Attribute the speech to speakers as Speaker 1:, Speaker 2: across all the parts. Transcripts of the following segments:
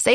Speaker 1: Say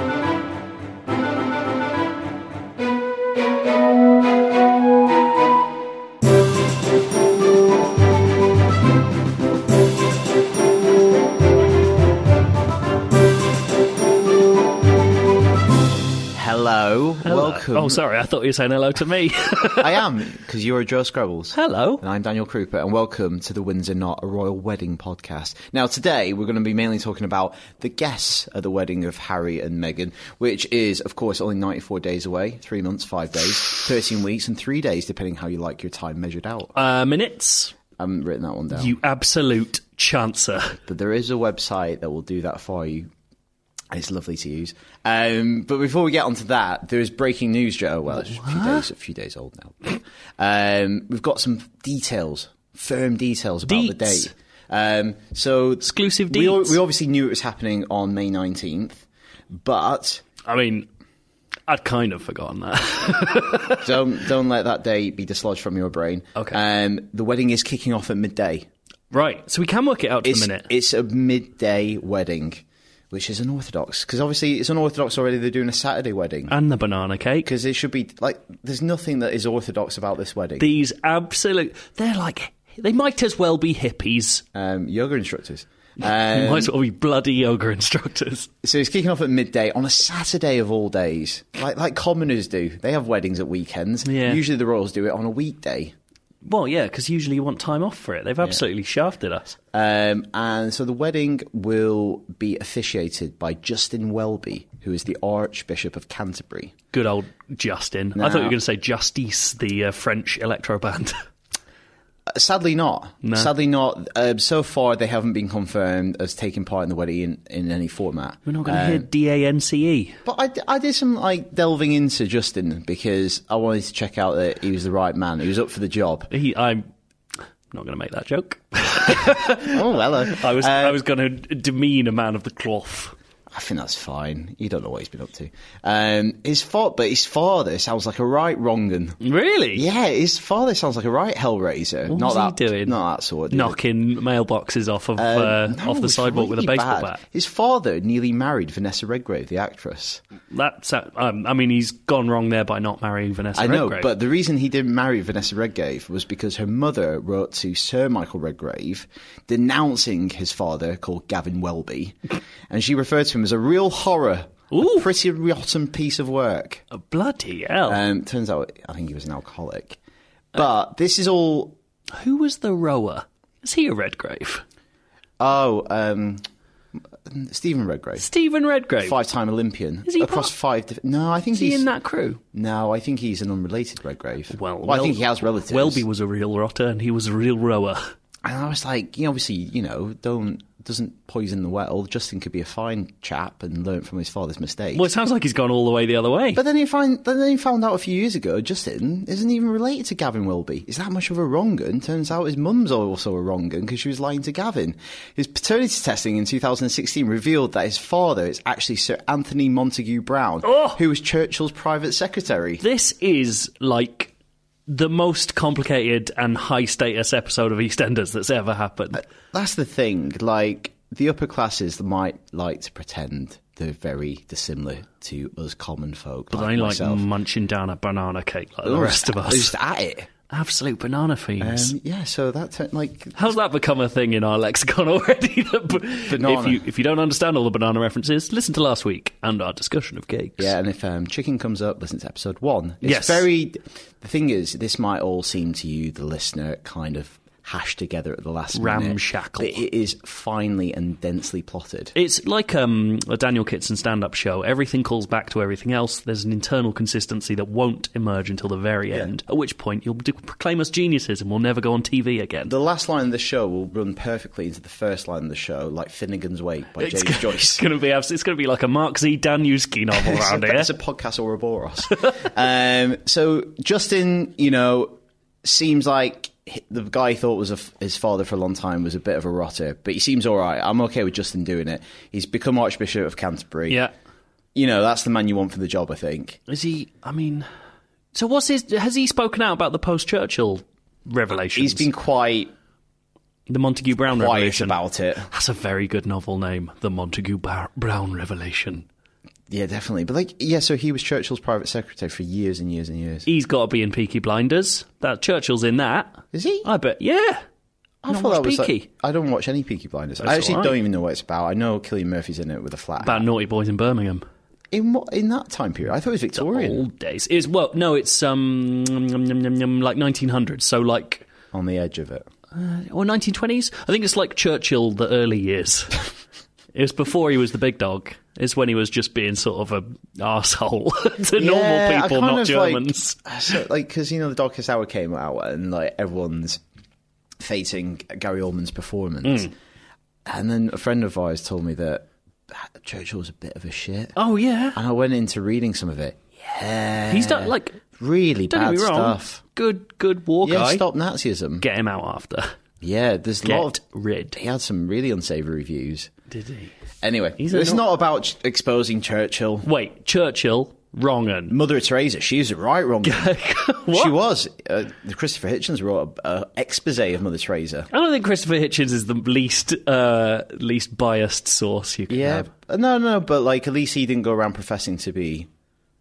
Speaker 2: Hello, welcome.
Speaker 3: Oh, sorry. I thought you were saying hello to me.
Speaker 2: I am because you're a Joe Scrabbles.
Speaker 3: hello.
Speaker 2: And I'm Daniel Krupa, and welcome to the Windsor Knot, a royal wedding podcast. Now, today we're going to be mainly talking about the guests at the wedding of Harry and Meghan, which is, of course, only 94 days away, three months, five days, 13 weeks, and three days, depending how you like your time measured out. I
Speaker 3: Uh, minutes.
Speaker 2: haven't written that one down.
Speaker 3: You absolute chancer.
Speaker 2: but there is a website that will do that for you. It's lovely to use. Um, but before we get onto that, there is breaking news, Joe. Well, it's a few days, a few days old now. Um, we've got some details, firm details about the
Speaker 3: Deets.
Speaker 2: date. Um, so
Speaker 3: Exclusive
Speaker 2: We, al-
Speaker 3: deets.
Speaker 2: we obviously knew it was happening on May nineteenth, but
Speaker 3: I mean, I'd kind of forgotten that.
Speaker 2: don't don't let that date be dislodged from your brain.
Speaker 3: Okay.
Speaker 2: Um, the wedding is kicking off at midday.
Speaker 3: right. So we can work it out to
Speaker 2: it's,
Speaker 3: the minute.
Speaker 2: It's a midday wedding, which is unorthodox because obviously it's unorthodox already. They're doing a Saturday wedding
Speaker 3: and the banana cake.
Speaker 2: because it should be like there's nothing that is orthodox about this wedding.
Speaker 3: These absolute. They're like. They might as well be hippies.
Speaker 2: um, yoga instructors.
Speaker 3: They
Speaker 2: Um,
Speaker 3: might as well be bloody yoga instructors.
Speaker 2: so it's kicking off at midday on a Saturday of all days, like like commoners do. They have weddings at weekends.
Speaker 3: Yeah.
Speaker 2: Usually the royals do it on a weekday.
Speaker 3: Well, yeah, because usually you want time off for it. They've absolutely shafted us.
Speaker 2: Um, and so the wedding will be officiated by Justin Welby, who is the Archbishop of Canterbury.
Speaker 3: Good old Justin. I thought you were going to say Justice, the uh, French electro band.
Speaker 2: Sadly, not. Sadly, not. Uh, so far, they haven't been confirmed as taking part in the wedding in, in any format.
Speaker 3: we're not going to hear D A N C E.
Speaker 2: But I, d- I did some like delving into Justin because I wanted to check out that he was the right man. He was up for the job.
Speaker 3: He, I'm not going to make that joke.
Speaker 2: Oh, hello.
Speaker 3: I was
Speaker 2: Uh,
Speaker 3: I was going to demean a man of the cloth.
Speaker 2: I think that's fine. You don't know what he's been up to. Um, his father, but his father sounds like a right wrongen.
Speaker 3: Really?
Speaker 2: Yeah, his father sounds like a right hellraiser.
Speaker 3: What
Speaker 2: not
Speaker 3: was
Speaker 2: that
Speaker 3: he doing?
Speaker 2: Not that sort. Of dude.
Speaker 3: Knocking mailboxes off of uh,
Speaker 2: No,
Speaker 3: off the
Speaker 2: it's
Speaker 3: sidewalk with a
Speaker 2: really
Speaker 3: baseball
Speaker 2: bad.
Speaker 3: bat.
Speaker 2: His father nearly married Vanessa Redgrave, the actress.
Speaker 3: That's uh, um, I mean he's gone wrong there by not marrying Vanessa.
Speaker 2: I know,
Speaker 3: Redgrave.
Speaker 2: but the reason he didn't marry Vanessa Redgrave was because her mother wrote to Sir Michael Redgrave denouncing his father, called Gavin Welby, and she referred to him as a real horror,
Speaker 3: Ooh.
Speaker 2: a pretty rotten piece of work.
Speaker 3: Uh, bloody hell!
Speaker 2: Um, turns out, I think he was an alcoholic.
Speaker 3: Uh,
Speaker 2: But this is all.
Speaker 3: Who was the rower? Is he a Redgrave?
Speaker 2: Oh, um, Stephen Redgrave,
Speaker 3: Stephen Redgrave.
Speaker 2: five-time Olympian
Speaker 3: Is he
Speaker 2: across five.
Speaker 3: part-
Speaker 2: Diff- no, I think
Speaker 3: Is he
Speaker 2: he's
Speaker 3: in that crew?
Speaker 2: no. I think he's an unrelated Redgrave.
Speaker 3: Well,
Speaker 2: I think he has relatives.
Speaker 3: Welby was a real rotter, and he was a real rower.
Speaker 2: And I was like, you know, obviously, you know, don't doesn't poison the well. Justin could be a fine chap and learn from his father's mistakes.
Speaker 3: Well, it sounds like he's gone all the way the other way.
Speaker 2: But then he find then he found out a few years ago Justin isn't even related to Gavin Wilby. Is that much of a wrongun? Turns out his mum's also a wrongun because she was lying to Gavin. His paternity testing in 2016 revealed that his father is actually Sir Anthony Montague Brown, who was Churchill's private secretary.
Speaker 3: this is like the most complicated and high status episode of EastEnders that's ever happened.
Speaker 2: Uh, That's the thing. Like the upper classes might like to pretend they're very dissimilar to us common folk.
Speaker 3: But
Speaker 2: like
Speaker 3: I like
Speaker 2: myself.
Speaker 3: munching down a banana cake like the rest of
Speaker 2: They're
Speaker 3: us.
Speaker 2: just at it.
Speaker 3: Absolute banana fiends.
Speaker 2: Um, yeah, so that tur- like
Speaker 3: How's that become a thing in our lexicon already? The b-
Speaker 2: Banana.
Speaker 3: If you if you don't understand all the banana references, listen to last week and our discussion of cakes.
Speaker 2: Yeah, and if um, chicken comes up, listen to episode one. It's
Speaker 3: Yes.
Speaker 2: very. The thing is, this might all seem to you, the listener, kind of hashed together at the last minute.
Speaker 3: Ramshackle.
Speaker 2: But it is finely and densely plotted.
Speaker 3: It's like um, a Daniel Kitson stand-up show. Everything calls back to everything else. There's an internal consistency that won't emerge until the very end. At which point you'll d- proclaim us geniuses and we'll never go on TV again.
Speaker 2: the last line of the show will run perfectly into the first line of the show, like Finnegan's Wake by
Speaker 3: it's
Speaker 2: James
Speaker 3: go-
Speaker 2: Joyce.
Speaker 3: it's going to be abs- it's going to be like a Mark Z. Danuski novel around here.
Speaker 2: That's a podcast or a Boros. um, so Justin, you know, seems like h- the guy he thought was a f his father for a long time was a bit of a rotter, but he seems all right. I'm okay with Justin doing it. He's become Archbishop of Canterbury.
Speaker 3: yeah.
Speaker 2: You know, that's the man you want for the job, I think.
Speaker 3: Is he? I mean, so what's his? Has he spoken out about the post Churchill revelations?
Speaker 2: He's been quite
Speaker 3: the Montague Brown
Speaker 2: quiet
Speaker 3: revelation.
Speaker 2: about it.
Speaker 3: That's a very good novel name, the Montague Bar- Brown revelation.
Speaker 2: Yeah, definitely. But like, yeah, so he was Churchill's private secretary for years and years and years.
Speaker 3: He's got to be in Peaky Blinders. That Churchill's in that.
Speaker 2: Is he?
Speaker 3: I bet. Yeah.
Speaker 2: I
Speaker 3: not
Speaker 2: thought that
Speaker 3: watched
Speaker 2: was like-
Speaker 3: Peaky.
Speaker 2: I don't watch any Peaky Blinders. I actually
Speaker 3: all right.
Speaker 2: don't even know what it's about. I know Killian Murphy's in it with a flat.
Speaker 3: About naughty boys in Birmingham.
Speaker 2: In what in that time period? I thought it was Victorian.
Speaker 3: Old days. It's well, no, it's um yum, yum, yum, yum, like 1900s. So like
Speaker 2: on the edge of it.
Speaker 3: or 1920s. I think it's like Churchill the early years. it was before he was the big dog. It's when he was just being sort of a asshole to normal people, not Germans.
Speaker 2: Like, so, like, because you know, the Darkest Hour came out, and like everyone's fating Gary Oldman's performance.
Speaker 3: Mm.
Speaker 2: And then a friend of ours told me that Churchill was a bit of a shit,
Speaker 3: oh yeah,
Speaker 2: and I went into reading some of it. Yeah,
Speaker 3: he's done like
Speaker 2: really
Speaker 3: don't
Speaker 2: bad
Speaker 3: get me wrong.
Speaker 2: stuff.
Speaker 3: Good, good war
Speaker 2: Yeah,
Speaker 3: guy.
Speaker 2: stop Nazism.
Speaker 3: Get him out after.
Speaker 2: yeah, there's a
Speaker 3: Get
Speaker 2: lot of.
Speaker 3: rid.
Speaker 2: He had some really unsavory views.
Speaker 3: Did he?
Speaker 2: Anyway,
Speaker 3: a
Speaker 2: it's
Speaker 3: not-
Speaker 2: not about ch- exposing Churchill.
Speaker 3: Wait, Churchill, wrong un.
Speaker 2: Mother Teresa, she's a right wrong.
Speaker 3: What?
Speaker 2: She was. Uh, Christopher Hitchens wrote an expose of Mother Teresa.
Speaker 3: I don't think Christopher Hitchens is the least uh, least biased source you can have.
Speaker 2: Uh, No, no, but like at least he didn't go around professing to be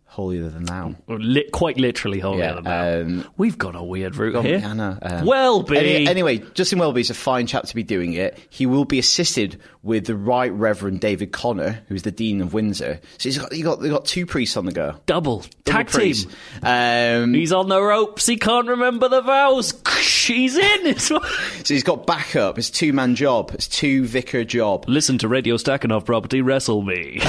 Speaker 2: holier than thou.
Speaker 3: Or Li- quite literally holier
Speaker 2: Yeah,
Speaker 3: than thou.
Speaker 2: um,
Speaker 3: We've got a weird route
Speaker 2: Oh,
Speaker 3: here.
Speaker 2: yeah, I know, um,
Speaker 3: Welby.
Speaker 2: Any, anyway, Justin Welby's a fine chap to be doing it. He will be assisted with the Right Reverend David Connor, who's the Dean of Windsor. So he's got, he got, they got two priests on the go.
Speaker 3: double tag
Speaker 2: Double priests.
Speaker 3: team.
Speaker 2: Um,
Speaker 3: He's on the ropes. He can't remember the vows. She's in. It's-
Speaker 2: so he's got backup. It's two man job. It's two vicar job.
Speaker 3: Listen to Radio Stakhanov Property Wrestle Me.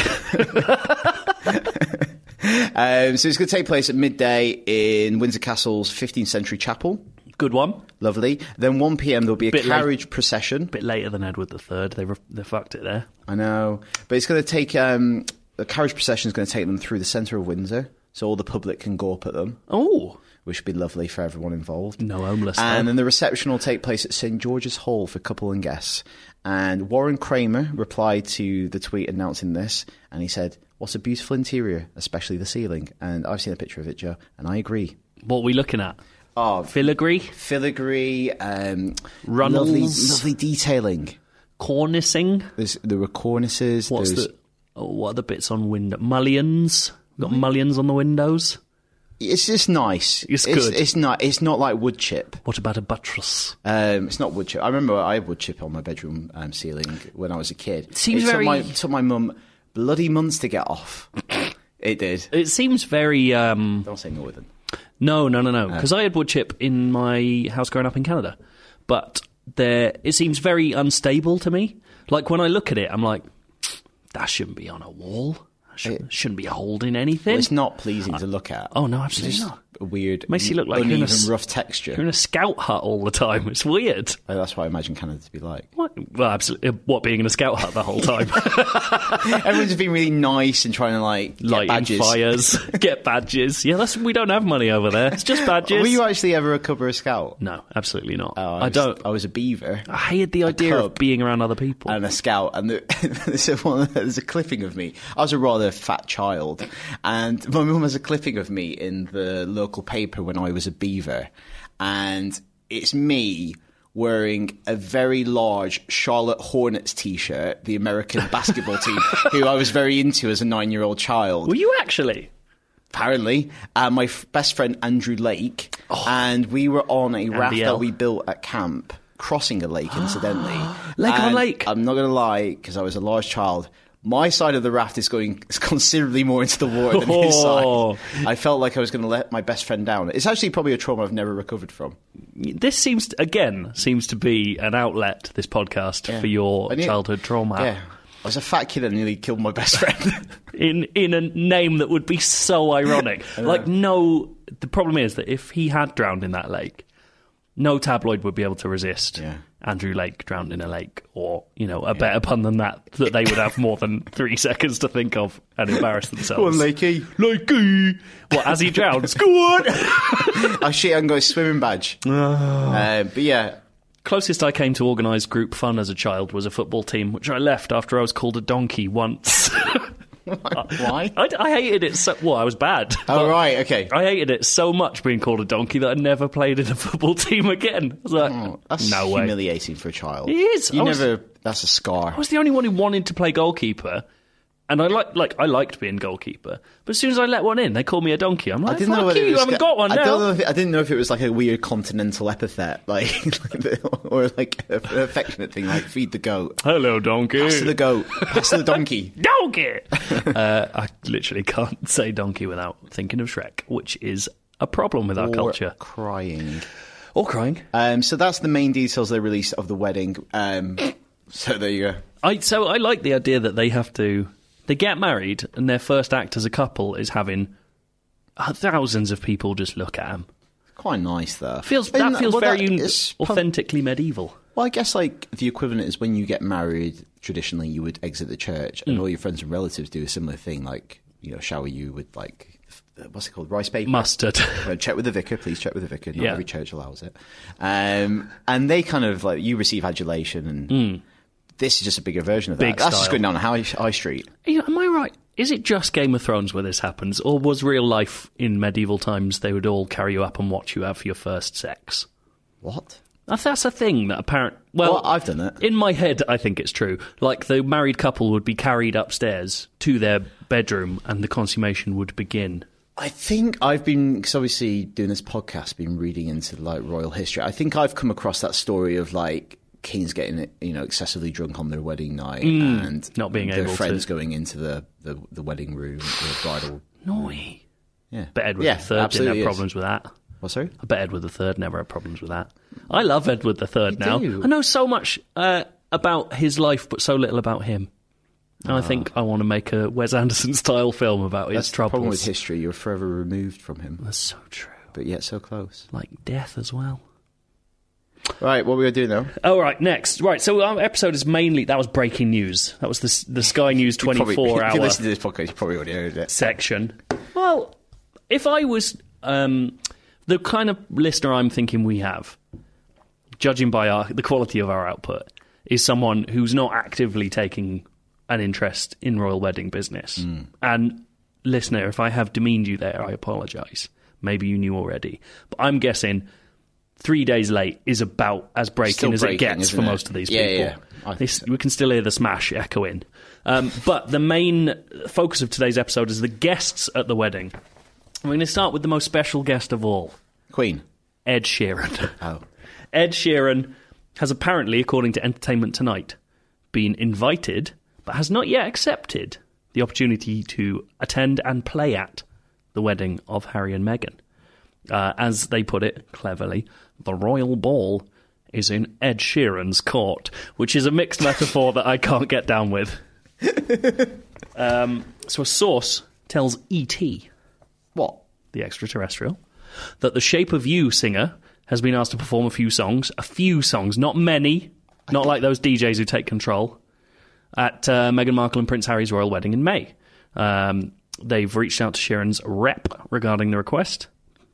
Speaker 2: Um, so it's going to take place at midday in Windsor Castle's 15th century chapel.
Speaker 3: Good one.
Speaker 2: Lovely. Then 1 p.m. there'll be a
Speaker 3: Bit late.
Speaker 2: carriage procession.
Speaker 3: bit later than Edward III. They re- they fucked it there.
Speaker 2: I know, but it's going to take um, the carriage procession is going to take them through the centre of Windsor, so all the public can go up at them,
Speaker 3: Oh,
Speaker 2: which would be lovely for everyone involved.
Speaker 3: no homeless.
Speaker 2: And
Speaker 3: though.
Speaker 2: then the reception will take place at St George's Hall for couple and guests. And Warren Kramer replied to the tweet announcing this, and he said, "What a beautiful interior, especially the ceiling." And I've seen a picture of it, Joe, and I agree.
Speaker 3: what are we looking at?
Speaker 2: Oh,
Speaker 3: Filigree,
Speaker 2: filigree, um,
Speaker 3: Runnels.
Speaker 2: lovely, lovely detailing.
Speaker 3: cornicing.
Speaker 2: There's, there were cornices.
Speaker 3: What's
Speaker 2: there's,
Speaker 3: the? Oh, what are the bits on window? Mullions. We've got mullions on the windows.
Speaker 2: It's just nice.
Speaker 3: It's good.
Speaker 2: It's not. It's not like wood chip.
Speaker 3: What about a buttress?
Speaker 2: Um, it's not wood chip. I remember I had wood chip on my bedroom um, ceiling when I was a kid.
Speaker 3: Seems
Speaker 2: it took
Speaker 3: very-
Speaker 2: My, took my mum bloody months to get off. it did.
Speaker 3: It seems very um,
Speaker 2: Don't say northern.
Speaker 3: no, no, no, no.
Speaker 2: Ah.
Speaker 3: Because I had wood chip in my house growing up in Canada, but there it seems very unstable to me. Like when I look at it, I'm like, that shouldn't be on a wall. That shouldn't, shouldn't be holding anything.
Speaker 2: It's not pleasing to look at.
Speaker 3: oh no, absolutely
Speaker 2: It's
Speaker 3: not.
Speaker 2: a weird.
Speaker 3: Makes you look like you're in a
Speaker 2: uneven,
Speaker 3: s-
Speaker 2: rough texture.
Speaker 3: You're in a scout hut all the time. It's weird.
Speaker 2: Oh, that's what I imagine Canada to be like.
Speaker 3: What? Well, absolutely. What being in a scout hut the whole time,
Speaker 2: Everyone's been really nice and trying to like get
Speaker 3: lighting
Speaker 2: badges.
Speaker 3: fires, get badges. Yeah, that's we don't have money over there. It's just badges.
Speaker 2: Were you actually ever a cover a scout?
Speaker 3: no, absolutely not.
Speaker 2: Oh,
Speaker 3: I
Speaker 2: was-
Speaker 3: don't.
Speaker 2: I was a beaver.
Speaker 3: I hated the idea of
Speaker 2: cub.
Speaker 3: being around other people.
Speaker 2: and a scout, and there, there's, a one, there's a clipping of me. I was a rather fat child, and my mum has a clipping of me in the local paper when I was a beaver, and it's me wearing a very large Charlotte Hornets t-shirt, the American basketball team, who I was very into as a nine-year-old child.
Speaker 3: Were you actually?
Speaker 2: apparently, uh, my f- best friend Andrew Lake, and we were on a raft
Speaker 3: Oh. L.
Speaker 2: that we built at camp, crossing a lake, incidentally.
Speaker 3: Lake on
Speaker 2: And
Speaker 3: lake.
Speaker 2: I'm not going to lie, because I was a large child. My side of the raft is going is considerably more into the water than his
Speaker 3: Oh.
Speaker 2: side. I felt like I was going to let my best friend down. It's actually probably a trauma I've never recovered from.
Speaker 3: This seems to- again seems to be an outlet. This podcast for your
Speaker 2: I knew-
Speaker 3: childhood trauma.
Speaker 2: Yeah. I was a fat kid and nearly killed my best friend.
Speaker 3: in in a name that would be so ironic. like no, the problem is that if he had drowned in that lake, no tabloid would be able to resist.
Speaker 2: Yeah.
Speaker 3: Andrew Lake drowned in a lake, or you know, a better pun than that that they would have more than three seconds to think of and embarrass themselves.
Speaker 2: Lakey.
Speaker 3: Lakey. What as he drowns? Go on.
Speaker 2: I shit and go swimming badge.
Speaker 3: Ah.
Speaker 2: Uh, but yeah,
Speaker 3: Closest I came to organised group fun as a child was a football team, which I left after I was called a donkey once.
Speaker 2: why?
Speaker 3: I, I hated it so. Well, I was bad.
Speaker 2: All Oh, right, okay.
Speaker 3: I hated it so much being called a donkey that I never played in a football team again. I was like,
Speaker 2: Oh, That's
Speaker 3: no way.
Speaker 2: humiliating for a child. It
Speaker 3: is.
Speaker 2: You
Speaker 3: I was-
Speaker 2: never. That's a scar.
Speaker 3: I was the only one who wanted to play goalkeeper, and I like like I liked being goalkeeper. But as soon as I let one in, they called me a donkey. I'm like, fuck you, you haven't got one
Speaker 2: I
Speaker 3: now.
Speaker 2: don't know. If it, I didn't know if it was like a weird continental epithet, like, like the- or like a- an affectionate thing, like feed the goat,
Speaker 3: Hello, donkey.
Speaker 2: pass to the goat, pass to the donkey.
Speaker 3: donkey. uh, I literally can't say donkey without thinking of Shrek, which is a problem with our culture.
Speaker 2: Or crying.
Speaker 3: Or crying.
Speaker 2: Um, so that's the main details they released of the wedding. Um, so there you go.
Speaker 3: I so I like the idea that they have to they get married and their first act as a couple is having uh, thousands of people just look at them.
Speaker 2: Quite nice, though.
Speaker 3: Feels
Speaker 2: And,
Speaker 3: that feels
Speaker 2: well,
Speaker 3: very
Speaker 2: that
Speaker 3: un- Oh,
Speaker 2: is prob-
Speaker 3: authentically medieval.
Speaker 2: Well, I guess like the equivalent is when you get married. Traditionally, you would exit the church,
Speaker 3: Mm.
Speaker 2: and all your friends and relatives do a similar thing, like you know, shower you with like f- uh, what's it called, rice paper.
Speaker 3: Mustard.
Speaker 2: Uh, Check with the vicar, please. Check with the vicar. Not
Speaker 3: Yeah.
Speaker 2: every church allows it. Um, and they kind of like you receive adulation, and this is just a bigger version of that.
Speaker 3: Mm. Big
Speaker 2: That's just
Speaker 3: style.
Speaker 2: going down High, high Street.
Speaker 3: You know, am I right? Is it just Game of Thrones where this happens, or was real life in medieval times they would all carry you up and watch you have your first sex?
Speaker 2: What?
Speaker 3: That's that's a thing that apparent. Well,
Speaker 2: Well, I've done it.
Speaker 3: In my head, I think it's true. Like the married couple would be carried upstairs to their bedroom, and the consummation would begin.
Speaker 2: I think I've been because obviously doing this podcast, been reading into like royal history. I think I've come across that story of like kings getting you know excessively drunk on their wedding night and
Speaker 3: Mm. not being
Speaker 2: their
Speaker 3: able to.
Speaker 2: friends going into the, the, the wedding room, the bridal.
Speaker 3: Noi.
Speaker 2: Yeah,
Speaker 3: But Edward
Speaker 2: Mm. yeah,
Speaker 3: III didn't have
Speaker 2: absolutely is.
Speaker 3: problems with that.
Speaker 2: What sorry?
Speaker 3: I bet Edward III never had problems with that. I love Edward III now.
Speaker 2: do.
Speaker 3: I know so much uh, about his life, but so little about him. And I think I want to make a Wes Anderson style film about his
Speaker 2: Ah. That's the
Speaker 3: troubles.
Speaker 2: problem with history. You're forever removed from him,
Speaker 3: That's so true.
Speaker 2: but yet so close.
Speaker 3: Like death as well.
Speaker 2: Right, what we gonna do now?
Speaker 3: All right, next. Right, so our episode is mainly that was breaking news. That was the s- the Sky News twenty four
Speaker 2: If you
Speaker 3: hour
Speaker 2: listen to this podcast, you probably already heard it.
Speaker 3: section. Well, if I was um, the kind of listener I'm thinking we have, judging by our, the quality of our output, is someone who's not actively taking an interest in royal wedding business. And listener, if I have demeaned you there, I apologise. Maybe you knew already, but I'm guessing three days late is about as breaking
Speaker 2: Still
Speaker 3: as
Speaker 2: breaking,
Speaker 3: it gets for
Speaker 2: isn't it?
Speaker 3: most of these
Speaker 2: Yeah,
Speaker 3: people.
Speaker 2: yeah, yeah. I think
Speaker 3: This- we can still hear the smash echoing. Um, but the main focus of today's episode is the guests at the wedding. I'm going to start with the most special guest of all,
Speaker 2: Queen.
Speaker 3: Ed Sheeran.
Speaker 2: Oh,
Speaker 3: Ed Sheeran has apparently, according to Entertainment Tonight, been invited but has not yet accepted the opportunity to attend and play at the wedding of Harry and Meghan. Uh, as they put it cleverly, the royal ball is in Ed Sheeran's court, which is a mixed metaphor that I can't get down with. um, so a source tells ET
Speaker 2: what?
Speaker 3: the extraterrestrial, that the Shape of You singer has been asked to perform a few songs, a few songs, not many, not like those DJs who take control, at uh, Meghan Markle and Prince Harry's royal wedding in May. Um, they've reached out to Sheeran's rep regarding the request,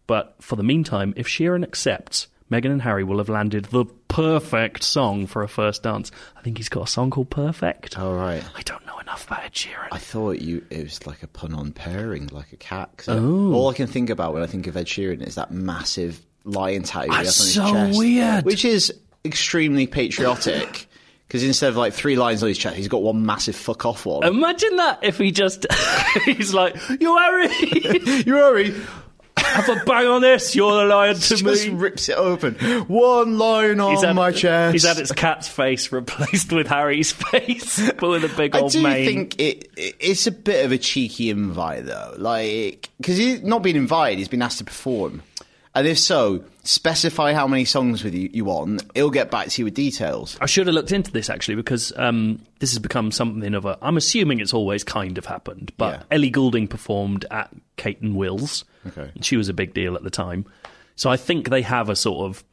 Speaker 3: but for the meantime, if Sheeran accepts, Meghan and Harry will have landed the perfect song for a first dance. I think he's got a song called Perfect.
Speaker 2: All right.
Speaker 3: I don't know enough about Ed Sheeran.
Speaker 2: I thought you it was like a pun on purring, like a cat. 'cause I- all I can think about when I think of Ed Sheeran is that massive lion tattoo he
Speaker 3: That's
Speaker 2: has on his
Speaker 3: so
Speaker 2: chest,
Speaker 3: weird.
Speaker 2: which is extremely patriotic. Because instead of like three lines on his chest, he's got one massive fuck off one.
Speaker 3: Um, Imagine that if he just he's like, You Harry
Speaker 2: you hurry.
Speaker 3: have a bang on this, you're the lion to
Speaker 2: Just
Speaker 3: me.
Speaker 2: rips it open. One line on
Speaker 3: He's had-
Speaker 2: my chest.
Speaker 3: He's had his cat's face replaced with Harry's face, but with a big
Speaker 2: I
Speaker 3: old
Speaker 2: do
Speaker 3: mane.
Speaker 2: think it, it it's a bit of a cheeky invite though, like because he's not been invited, he's been asked to perform, and if so, specify how many songs with you you want. He'll get back to you with details.
Speaker 3: I should have looked into this actually because um, this has become something of a. I'm assuming it's always kind of happened, but
Speaker 2: Yeah.
Speaker 3: Ellie Goulding performed at Kate and Will's.
Speaker 2: Okay.
Speaker 3: And she was a big deal at the time. So I think they have a sort of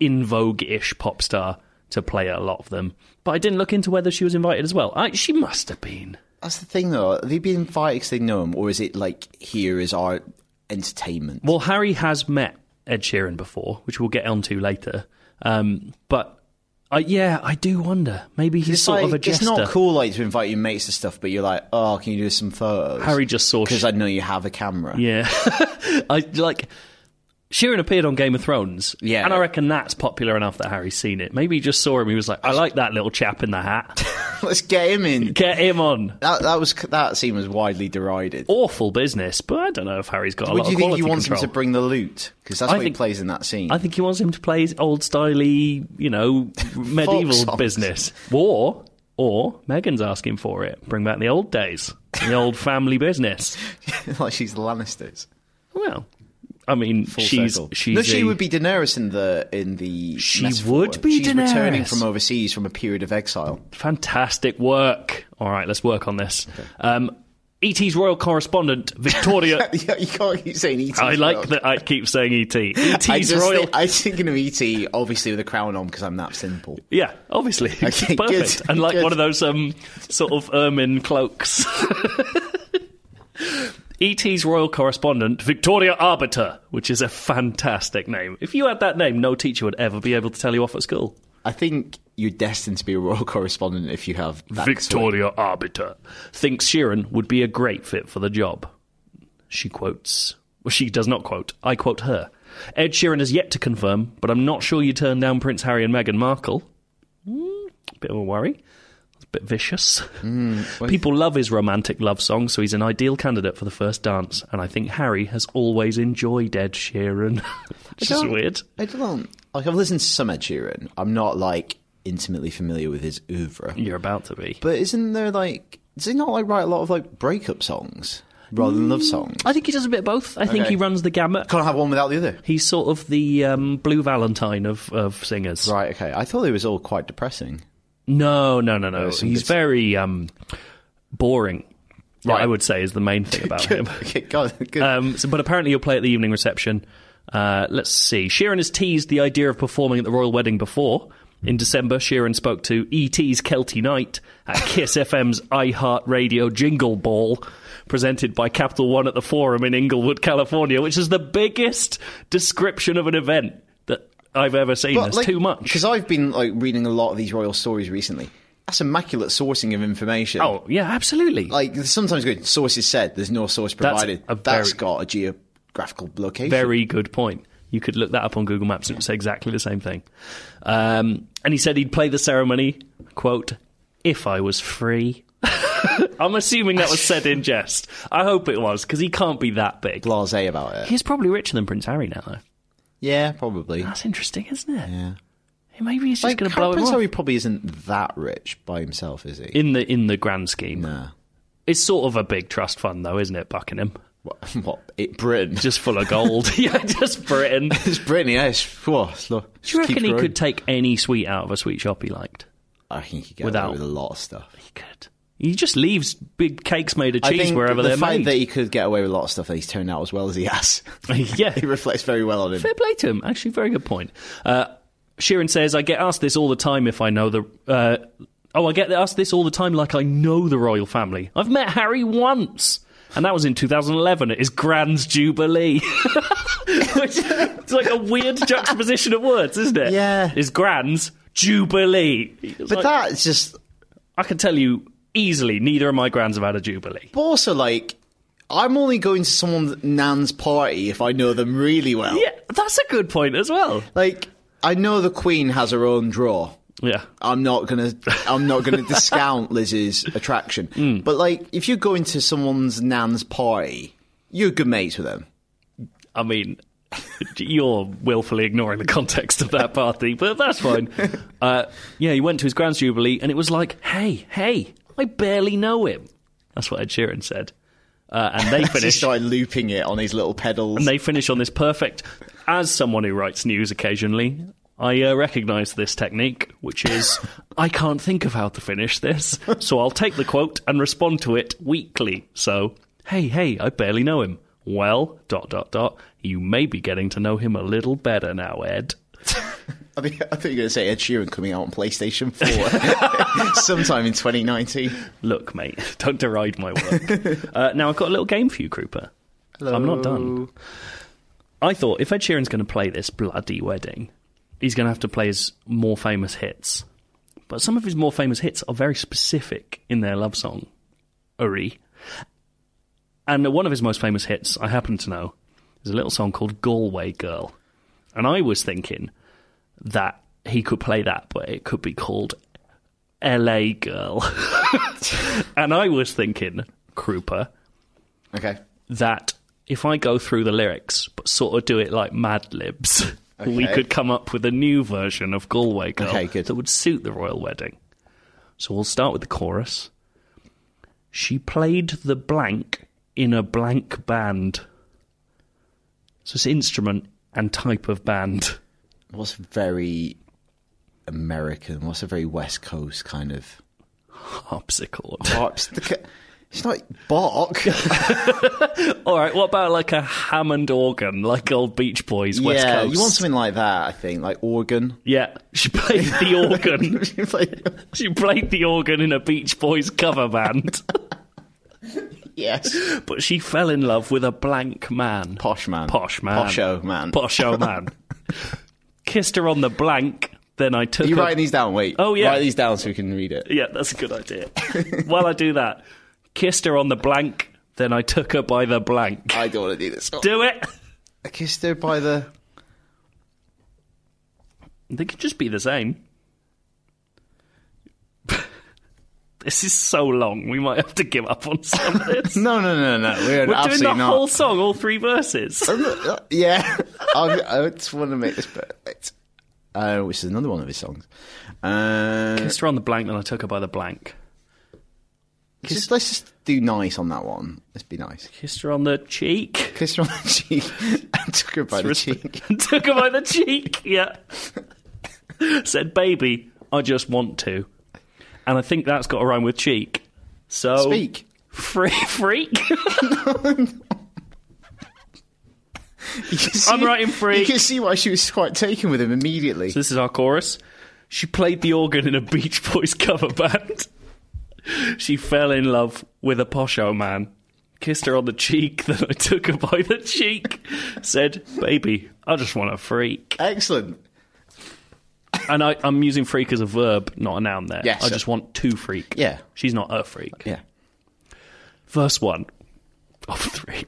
Speaker 3: in vogue ish pop star to play a lot of them. But I didn't look into whether she was invited as well. I, she must have been.
Speaker 2: That's the thing though. Have they been invited because they know him, or is it like here is our entertainment?
Speaker 3: Well, Harry has met Ed Sheeran before, which we'll get onto later. Um, but I, yeah, I do wonder. Maybe he's
Speaker 2: It's,
Speaker 3: sort
Speaker 2: like,
Speaker 3: of a
Speaker 2: it's
Speaker 3: jester.
Speaker 2: not cool like to invite your mates to stuff, but you're like, oh, can you do some photos?
Speaker 3: Harry just saw
Speaker 2: because I know you have a camera.
Speaker 3: Yeah. I like Sheeran appeared on Game of Thrones.
Speaker 2: Yeah.
Speaker 3: And I reckon that's popular enough that Harry's seen it. Maybe he just saw him, he was like, I like that little chap in the hat.
Speaker 2: Let's get him in.
Speaker 3: Get him on.
Speaker 2: That that was that scene was widely derided.
Speaker 3: Awful business, but I don't know if Harry's got a
Speaker 2: What
Speaker 3: lot
Speaker 2: do you
Speaker 3: of
Speaker 2: think
Speaker 3: quality
Speaker 2: he wants
Speaker 3: control.
Speaker 2: him to bring the loot? Because that's
Speaker 3: I
Speaker 2: what
Speaker 3: think-
Speaker 2: he plays in that scene.
Speaker 3: I think he wants him to play his old styly, you know, medieval
Speaker 2: songs.
Speaker 3: business. War or Megan's asking for it. Bring back the old days. The old family business.
Speaker 2: like she's the Lannisters.
Speaker 3: Well, I mean, she's
Speaker 2: circle.
Speaker 3: she's
Speaker 2: no, she
Speaker 3: a-
Speaker 2: would be Daenerys in the in the.
Speaker 3: She
Speaker 2: metaphor.
Speaker 3: would be
Speaker 2: She's returning
Speaker 3: Daenerys.
Speaker 2: from overseas from a period of exile.
Speaker 3: Fantastic work. All right, let's work on this. Um, ET's royal correspondent, Victoria.
Speaker 2: Yeah, you can't keep saying E ET.
Speaker 3: I like that I keep saying E ET. ET's
Speaker 2: I just
Speaker 3: royal.
Speaker 2: Think, I'm thinking of ET, obviously with a crown on, because I'm that simple.
Speaker 3: yeah, obviously.
Speaker 2: Okay,
Speaker 3: Perfect.
Speaker 2: good,
Speaker 3: and like
Speaker 2: good.
Speaker 3: one of those um, sort of ermine cloaks. ET's royal correspondent, Victoria Arbiter, which is a fantastic name. If you had that name, no teacher would ever be able to tell you off at school.
Speaker 2: I think you're destined to be a royal correspondent if you have that
Speaker 3: Victoria Arbiter thinks Sheeran would be a great fit for the job. She quotes. Well, she does not quote. I quote her. Ed Sheeran has yet to confirm, but I'm not sure you turned down Prince Harry and Meghan Markle. Mm, bit of a worry. It's a bit vicious. Hmm, People love his romantic love song, so he's an ideal candidate for the first dance. And I think Harry has always enjoyed Ed Sheeran, which is
Speaker 2: don't-
Speaker 3: weird.
Speaker 2: I don't like. I've listened to some Ed Sheeran. I'm not like intimately familiar with his oeuvre.
Speaker 3: You're about to be.
Speaker 2: But isn't there like does he not like write a lot of like breakup songs rather than love songs?
Speaker 3: Mm. I think he does a bit of both. I think
Speaker 2: Okay.
Speaker 3: he runs the gamut.
Speaker 2: Can't have one without the other.
Speaker 3: He's sort of the um, blue Valentine of, of singers.
Speaker 2: Right, okay. I thought it was all quite depressing.
Speaker 3: No, no, no, no.
Speaker 2: some
Speaker 3: He's
Speaker 2: good-
Speaker 3: very um, boring.
Speaker 2: Right.
Speaker 3: I would say is the main thing about him.
Speaker 2: okay, God, good.
Speaker 3: Um, so, but apparently, he'll play at the evening reception. Uh, let's see. Sheeran has teased the idea of performing at the royal wedding before. In December, Sheeran spoke to ET's Kelty Night at Kiss FM's iHeartRadio Jingle Ball, presented by Capital One at the Forum in Inglewood, California, which is the biggest description of an event that I've ever seen. That's too much.
Speaker 2: Because I've been like reading a lot of these royal stories recently. That's immaculate sourcing of information.
Speaker 3: Oh, yeah, absolutely.
Speaker 2: Like there's sometimes good sources said there's no source provided.
Speaker 3: a
Speaker 2: That's
Speaker 3: very-
Speaker 2: got a geographical location.
Speaker 3: Very good point. You could look that up on Google Maps and it would say exactly the same thing. Um, and he said he'd play the ceremony, quote, if I was free. I'm assuming that was said in jest. I hope it was, because he can't be that big.
Speaker 2: blasé about it.
Speaker 3: He's probably richer than Prince Harry now, though.
Speaker 2: Yeah, probably.
Speaker 3: That's interesting, isn't it? Yeah. Maybe he's just
Speaker 2: Like,
Speaker 3: going to
Speaker 2: Crown
Speaker 3: blow him
Speaker 2: Prince
Speaker 3: off.
Speaker 2: Harry probably isn't that rich by himself, is he?
Speaker 3: In the in the grand scheme,
Speaker 2: Nah.
Speaker 3: it's sort of a big trust fund, though, isn't it? Buckingham,
Speaker 2: What? what it, Britain.
Speaker 3: just full of gold. yeah, just Britain.
Speaker 2: It's Britain, yeah. It's, whoa, it's lo-
Speaker 3: Do you
Speaker 2: just keeps
Speaker 3: reckon he
Speaker 2: growing.
Speaker 3: could take any sweet out of a sweet shop he liked?
Speaker 2: I think he could get
Speaker 3: Without-
Speaker 2: away with a lot of stuff.
Speaker 3: He could. He just leaves big cakes made of
Speaker 2: I
Speaker 3: cheese
Speaker 2: think
Speaker 3: wherever
Speaker 2: the
Speaker 3: they're
Speaker 2: fact
Speaker 3: made.
Speaker 2: that he could get away with a lot of stuff that he's turned out as well as he has,
Speaker 3: yeah,
Speaker 2: it reflects very well on him.
Speaker 3: fair play to him. Actually, very good point. Uh, Sheeran says, "I get asked this all the time if I know the." Uh, oh, I get asked this all the time, like I know the royal family. I've met Harry once. And that was in 2011 at his Grand Jubilee. Which it's like a weird juxtaposition of words, isn't it?
Speaker 2: Yeah.
Speaker 3: His Grand's Jubilee. It's
Speaker 2: But
Speaker 3: like-
Speaker 2: that's just,
Speaker 3: I can tell you easily, neither of my Grands have had a Jubilee.
Speaker 2: but also like, I'm only going to someone's nan's party if I know them really well.
Speaker 3: Yeah, that's a good point as well.
Speaker 2: Like, I know the Queen has her own draw.
Speaker 3: Yeah.
Speaker 2: I'm not gonna I'm not gonna discount Liz's attraction.
Speaker 3: Hmm.
Speaker 2: But like if you go into someone's nan's party, you're good mates with them.
Speaker 3: I mean, you're willfully ignoring the context of that party, but that's fine. Uh, yeah, he went to his Grand Jubilee and it was like, hey, hey, I barely know him. That's what Ed Sheeran said. Uh, and they
Speaker 2: He
Speaker 3: finished.
Speaker 2: started looping it on his little pedals.
Speaker 3: And they finish on this perfect. As someone who writes news occasionally, I uh, recognise this technique, which is I can't think of how to finish this, so I'll take the quote and respond to it weekly. So, hey, hey, I barely know him. Well, dot dot dot. You may be getting to know him a little better now, Ed.
Speaker 2: I think, I think you're going to say Ed Sheeran coming out on PlayStation 4 sometime in 2019.
Speaker 3: Look, mate, don't deride my work. uh, now I've got a little game for you, Krupa. I'm not done. I thought if Ed Sheeran's going to play this bloody wedding, he's going to have to play his more famous hits. But some of his more famous hits are very specific in their love song, Uri. And one of his most famous hits, I happen to know, is a little song called Galway Girl. And I was thinking that he could play that, but it could be called LA Girl. and I was thinking, Krupa,
Speaker 2: Okay.
Speaker 3: that if I go through the lyrics but sort of do it like Mad Libs, we
Speaker 2: Okay.
Speaker 3: could come up with a new version of Galway Girl
Speaker 2: Okay, good.
Speaker 3: that would suit the royal wedding. So we'll start with the chorus. She played the blank in a blank band. So it's instrument and type of band.
Speaker 2: What's very American? What's a very West Coast kind of
Speaker 3: Harpsichord.
Speaker 2: harps? It's not Bach.
Speaker 3: All right, what about like a Hammond organ, like old Beach Boys West
Speaker 2: yeah,
Speaker 3: Coast?
Speaker 2: you want something like that, I think, like organ.
Speaker 3: Yeah, she played the organ.
Speaker 2: It's like-
Speaker 3: She played the organ in a Beach Boys cover band,
Speaker 2: yes.
Speaker 3: but she fell in love with a blank man.
Speaker 2: Posh man.
Speaker 3: Posh man.
Speaker 2: Posho man.
Speaker 3: Posho man. Kissed her on the blank, then I took
Speaker 2: Are you
Speaker 3: her.
Speaker 2: writing these down? Wait.
Speaker 3: Oh, yeah.
Speaker 2: Write these down so we can read it.
Speaker 3: Yeah, that's a good idea. While I do that, kissed her on the blank, then I took her by the blank.
Speaker 2: I don't want to do this.
Speaker 3: Do it!
Speaker 2: I kissed her by the.
Speaker 3: They could just be the same. this is so long, we might have to give up on some of this.
Speaker 2: No, no, no, no. We're,
Speaker 3: We're doing
Speaker 2: absolutely
Speaker 3: the
Speaker 2: not. Oh.
Speaker 3: whole song, all three verses.
Speaker 2: yeah, I, I just want to make this perfect. Uh, which is another one of his songs. Uh,
Speaker 3: Kissed her on the blank, then I took her by the blank.
Speaker 2: just- let's just do nice on that one. Let's be nice.
Speaker 3: Kissed her on the cheek.
Speaker 2: Kissed her on the cheek and took her by the cheek.
Speaker 3: took her by the cheek, yeah. Said, baby, I just want to. And I think that's got to rhyme with cheek. So.
Speaker 2: Speak.
Speaker 3: Free, freak.
Speaker 2: You can see-
Speaker 3: I'm writing free.
Speaker 2: You can see why she was quite taken with him immediately.
Speaker 3: this is our chorus. She played the organ in a Beach Boys cover band. She fell in love with a posho man. Kissed her on the cheek, then I took her by the cheek. Said, baby, I just want a freak.
Speaker 2: Excellent.
Speaker 3: And I, I'm using freak as a verb, not a noun there.
Speaker 2: Yes.
Speaker 3: I just want to freak.
Speaker 2: Yeah.
Speaker 3: She's not a freak.
Speaker 2: Yeah.
Speaker 3: Verse one of three.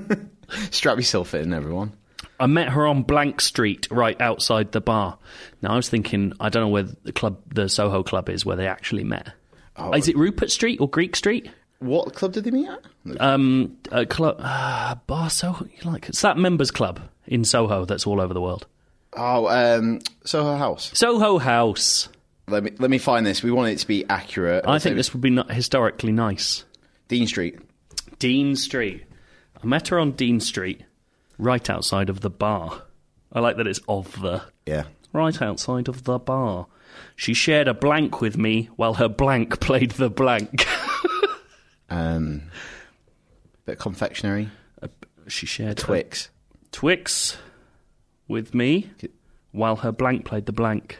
Speaker 2: Strap yourself in, everyone.
Speaker 3: I met her on Blank Street, right outside the bar. Now, I was thinking, I don't know where the club, the Soho club is, where they actually met.
Speaker 2: Oh.
Speaker 3: Is it Rupert Street or Greek Street?
Speaker 2: What club did they meet at?
Speaker 3: Um, a club, uh, bar Soho, you like, it's that members club in Soho that's all over the world.
Speaker 2: Oh, um, Soho House.
Speaker 3: Soho House.
Speaker 2: Let me let me find this. We want it to be accurate.
Speaker 3: I think this would be not historically nice.
Speaker 2: Dean Street.
Speaker 3: Dean Street. I met her on Dean Street, right outside of the bar. I like that it's of the.
Speaker 2: Yeah.
Speaker 3: Right outside of the bar. She shared a blank with me while her blank played the blank.
Speaker 2: Um, bit of confectionery.
Speaker 3: she shared a
Speaker 2: Twix.
Speaker 3: Twix with me while her blank played the blank.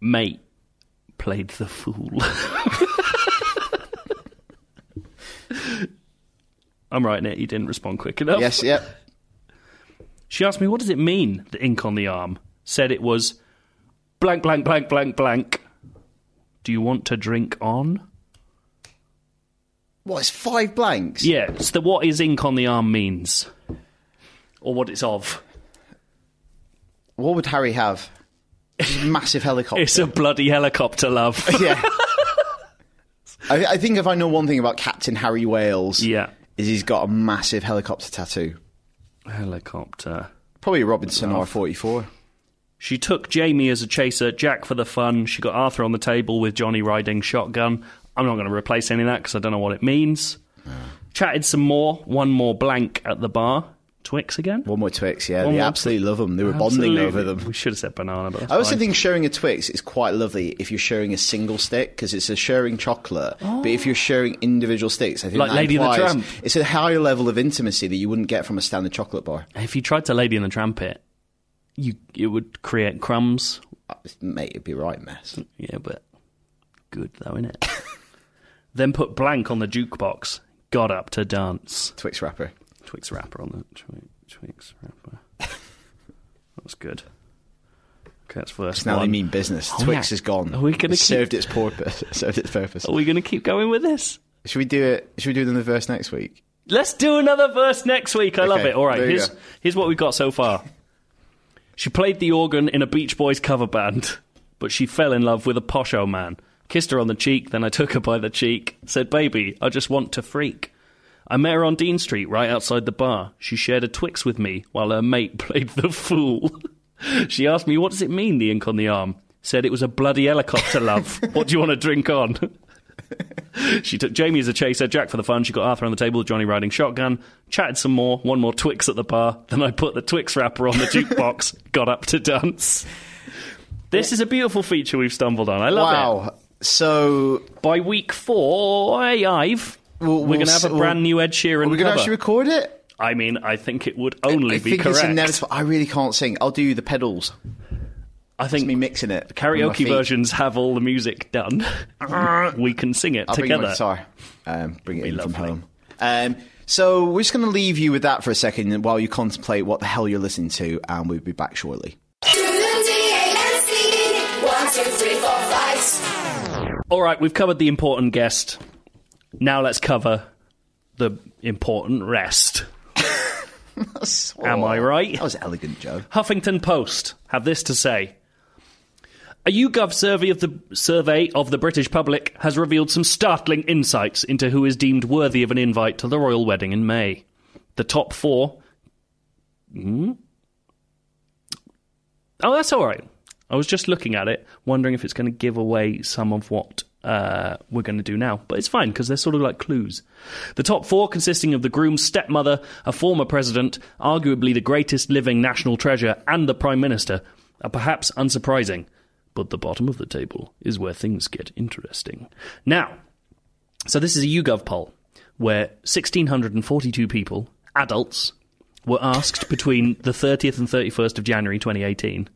Speaker 3: Mate played the fool. I'm writing it. You didn't respond quick enough.
Speaker 2: Yes, yep.
Speaker 3: She asked me, what does it mean, the ink on the arm? Said it was blank, blank, blank, blank, blank. Do you want to drink on?
Speaker 2: What, it's five blanks?
Speaker 3: Yeah, it's the what is ink on the arm means. Or what it's of.
Speaker 2: What would Harry have? Just massive helicopter.
Speaker 3: It's a bloody helicopter, love.
Speaker 2: yeah. I, I think if I know one thing about Captain Harry Wales,
Speaker 3: Yeah.
Speaker 2: is he's got a massive helicopter tattoo.
Speaker 3: helicopter.
Speaker 2: Probably a Robinson
Speaker 3: Oh.
Speaker 2: or a 44.
Speaker 3: She took Jamie as a chaser, Jack for the fun. She got Arthur on the table with Johnny riding shotgun. I'm not going to replace any of that because I don't know what it means. Chatted some more, one more blank at the bar. Twix again?
Speaker 2: One more Twix, yeah.
Speaker 3: One
Speaker 2: they
Speaker 3: more
Speaker 2: absolutely love them. They were bonding over
Speaker 3: Absolutely.
Speaker 2: them.
Speaker 3: We should have said banana, but that's
Speaker 2: I also
Speaker 3: fine.
Speaker 2: think sharing a Twix is quite lovely if you're sharing a single stick because it's a sharing chocolate. But if you're sharing individual sticks, I think
Speaker 3: Like
Speaker 2: that
Speaker 3: Lady and the
Speaker 2: implies
Speaker 3: Tramp.
Speaker 2: it's a higher level of intimacy that you wouldn't get from a standard chocolate bar.
Speaker 3: if you tried to Lady in the Tramp it, you it would create crumbs.
Speaker 2: Uh, Mate, it'd be a right mess.
Speaker 3: Yeah, but good though, innit? then put blank on the jukebox. Got up to dance.
Speaker 2: Twix wrapper.
Speaker 3: Twix wrapper on the Twi- Twix wrapper. that was good. Okay, that's first
Speaker 2: Now they
Speaker 3: one.
Speaker 2: mean business.
Speaker 3: Oh,
Speaker 2: Twix
Speaker 3: yeah.
Speaker 2: is gone.
Speaker 3: Are we gonna
Speaker 2: It
Speaker 3: keep-
Speaker 2: served its purpose? served its purpose.
Speaker 3: Are we going to keep going with this?
Speaker 2: Should we do it? Should we do it in the verse next week?
Speaker 3: Let's do another verse next week. I love
Speaker 2: Okay,
Speaker 3: it. All right,
Speaker 2: there you
Speaker 3: here's
Speaker 2: go.
Speaker 3: here's what we've got so far. she played the organ in a Beach Boys cover band, but she fell in love with a posho man. Kissed her on the cheek, then I took her by the cheek. Said, "Baby, I just want to freak." I met her on Dean Street, right outside the bar. She shared a Twix with me while her mate played the fool. she asked me, "What does it mean, the ink on the arm?" Said it was a bloody helicopter, love. what do you want to drink on? She took Jamie as a chaser, Jack for the fun. She got Arthur on the table, Johnny riding shotgun. Chatted some more, one more Twix at the bar. Then I put the Twix wrapper on the jukebox, got up to dance. This is a beautiful feature we've stumbled on. I love
Speaker 2: wow. So
Speaker 3: it. By week four, I've,
Speaker 2: We'll-
Speaker 3: we're going
Speaker 2: we'll
Speaker 3: to have
Speaker 2: s-
Speaker 3: a
Speaker 2: we'll-
Speaker 3: brand new Ed Sheeran
Speaker 2: are we going to
Speaker 3: cover.
Speaker 2: actually record it?
Speaker 3: I mean, I think it would only
Speaker 2: I
Speaker 3: be
Speaker 2: think
Speaker 3: correct.
Speaker 2: it's inevitable. I really can't sing. I'll do the pedals.
Speaker 3: I
Speaker 2: It's
Speaker 3: think
Speaker 2: me mixing it. with my
Speaker 3: karaoke
Speaker 2: feet.
Speaker 3: versions have all the music done. we can sing it
Speaker 2: I'll bring my
Speaker 3: together.
Speaker 2: guitar. Um, bring it in from
Speaker 3: lovely.
Speaker 2: home. Um, so we're just going to leave you with that for a second while you contemplate what the hell you're listening to, and we'll be back shortly.
Speaker 4: One, two, three, four, five.
Speaker 3: All right, we've covered the important guest. Now let's cover the important rest. Am I right?
Speaker 2: That was elegant, Joe.
Speaker 3: Huffington Post have this to say. A YouGov survey of the survey of the British public has revealed some startling insights into who is deemed worthy of an invite to the royal wedding in May. The top four. Hmm? Oh, that's all right. I was just looking at it, wondering if it's going to give away some of what uh, we're going to do now. But it's fine because they're sort of like clues. The top four, consisting of the groom's stepmother, a former president, arguably the greatest living national treasure, and the prime minister, are perhaps unsurprising. But the bottom of the table is where things get interesting. Now, so this is a YouGov poll where 1,642 people, adults, were asked between the 30th and 31st of January 2018